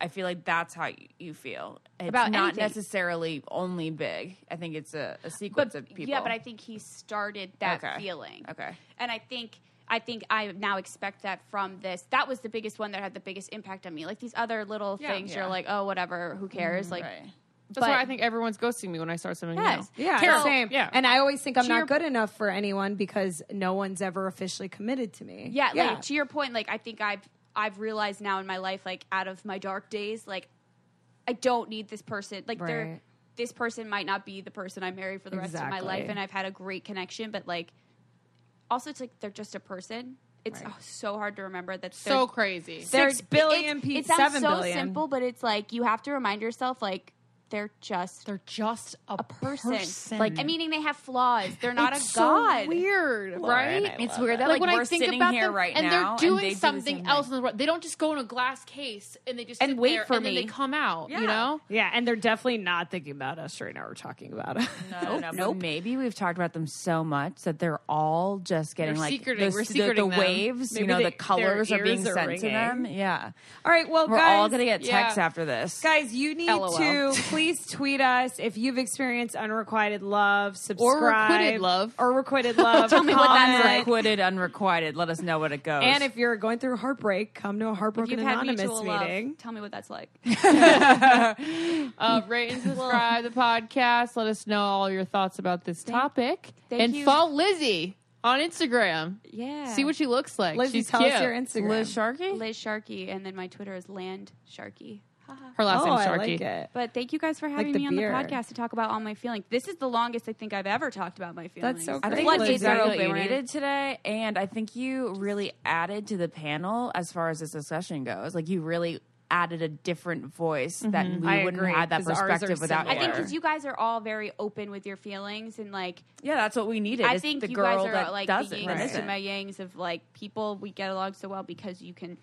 I feel like that's how you- you feel. It's About not anything. necessarily only big. I think it's a, a sequence of people. Yeah, but I think he started that Okay. feeling. Okay. And I think I think I now expect that from this. That was the biggest one that had the biggest impact on me. Like these other little Yeah. things, Yeah. you're like, oh, whatever, who cares? like, Right. That's why but- I think everyone's ghosting me when I start something Yeah. new. Yeah, Terrible. same. Yeah. And I always think I'm your- not good enough for anyone because no one's ever officially committed to me. yeah, like to your point, like I think I've I've realized now in my life, like out of my dark days, like I don't need this person. Like they're Right. this person might not be the person I marry for the rest of my life, Exactly. and I've had a great connection, but like also it's like they're just a person. It's oh, so hard to remember that. they're- so crazy. they're- Six billion it's- people- It sounds seven so billion. simple, but it's like you have to remind yourself, like they're just They're just a, a person. Like Like, meaning they have flaws. They're not a god. weird, right? It's weird that like, like, when we're I think sitting about here them, right and now, they're doing they do the something same else thing. in the world. They don't just go in a glass case and they just And sit wait there for and then me. they come out. You Yeah. know, Yeah, and they're definitely not thinking about us right now. We're talking about us. No, no, but maybe we've talked about them so much that they're all just getting They're like secreting- the, we're the- secreting the, them. waves. Maybe you know, they- the colors their are being ears are sent to them. Yeah. All right, well, we're all guys- gonna get yeah. texts after this. Guys, you need to please tweet us if you've experienced unrequited love, subscribe. requited love. Or requited love. Tell me what that's like. Unrequited, unrequited. Let us know what it goes. And if you're going through heartbreak, come to a Heartbroken You've had Anonymous mutual meeting. love. Tell me what that's like. uh, rate and subscribe the podcast. Let us know all your thoughts about this topic, thank and you. follow Lizzie on Instagram. Yeah. See what she looks like. Lizzie, She's tell cute. us your Instagram. Liz Sharkey. Liz Sharkey, and then my Twitter is Land Sharkey. Her last oh, name's I Sharky. like it. But thank you guys for having the me beer. on the podcast to talk about all my feelings. This is the longest I think I've ever talked about my feelings. so The great. I think floodgates Liz, are exactly open. what you We're in- needed today, and I think you really added to the panel as far as this discussion goes. Like you really added a different voice that we Mm-hmm. I wouldn't agree, have had that 'cause ours are perspective without. I similar. think her. because you guys are all very open with your feelings and like yeah, that's what we needed. I is think the you girl guys are that like does the it. yings and my yangs of like people we get along so well because you can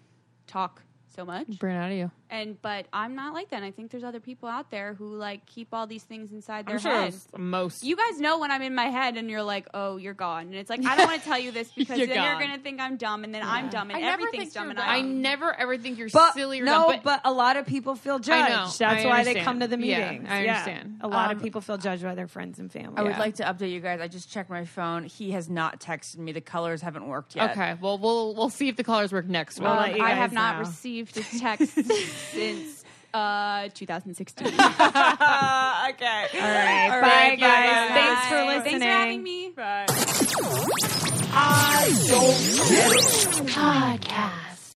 talk so much. Bring it out of you. And but I'm not like that. And I think there's other people out there who like keep all these things inside their I'm sure head. it's most. You guys know when I'm in my head and you're like, oh, you're gone. And it's like, I don't want to tell you this because You're then gone. you're going to think I'm dumb and then I'm dumb and everything's dumb and I I'm never ever think you're But silly or no, dumb, but, a lot of people feel I judged. know. That's I why they understand. come to the Yeah, meetings. I Yeah. Um, understand. A lot of people feel judged by their friends and family. I would like to update you guys. I just checked my phone. He has not texted me. The colors haven't worked yet. Okay, well we'll we'll see if the colors work next week. Well, Um, let you I guys have not know. received a text since uh, 2016. okay. All right, bye, guys. Thanks for listening. Thanks for having me. Podcast.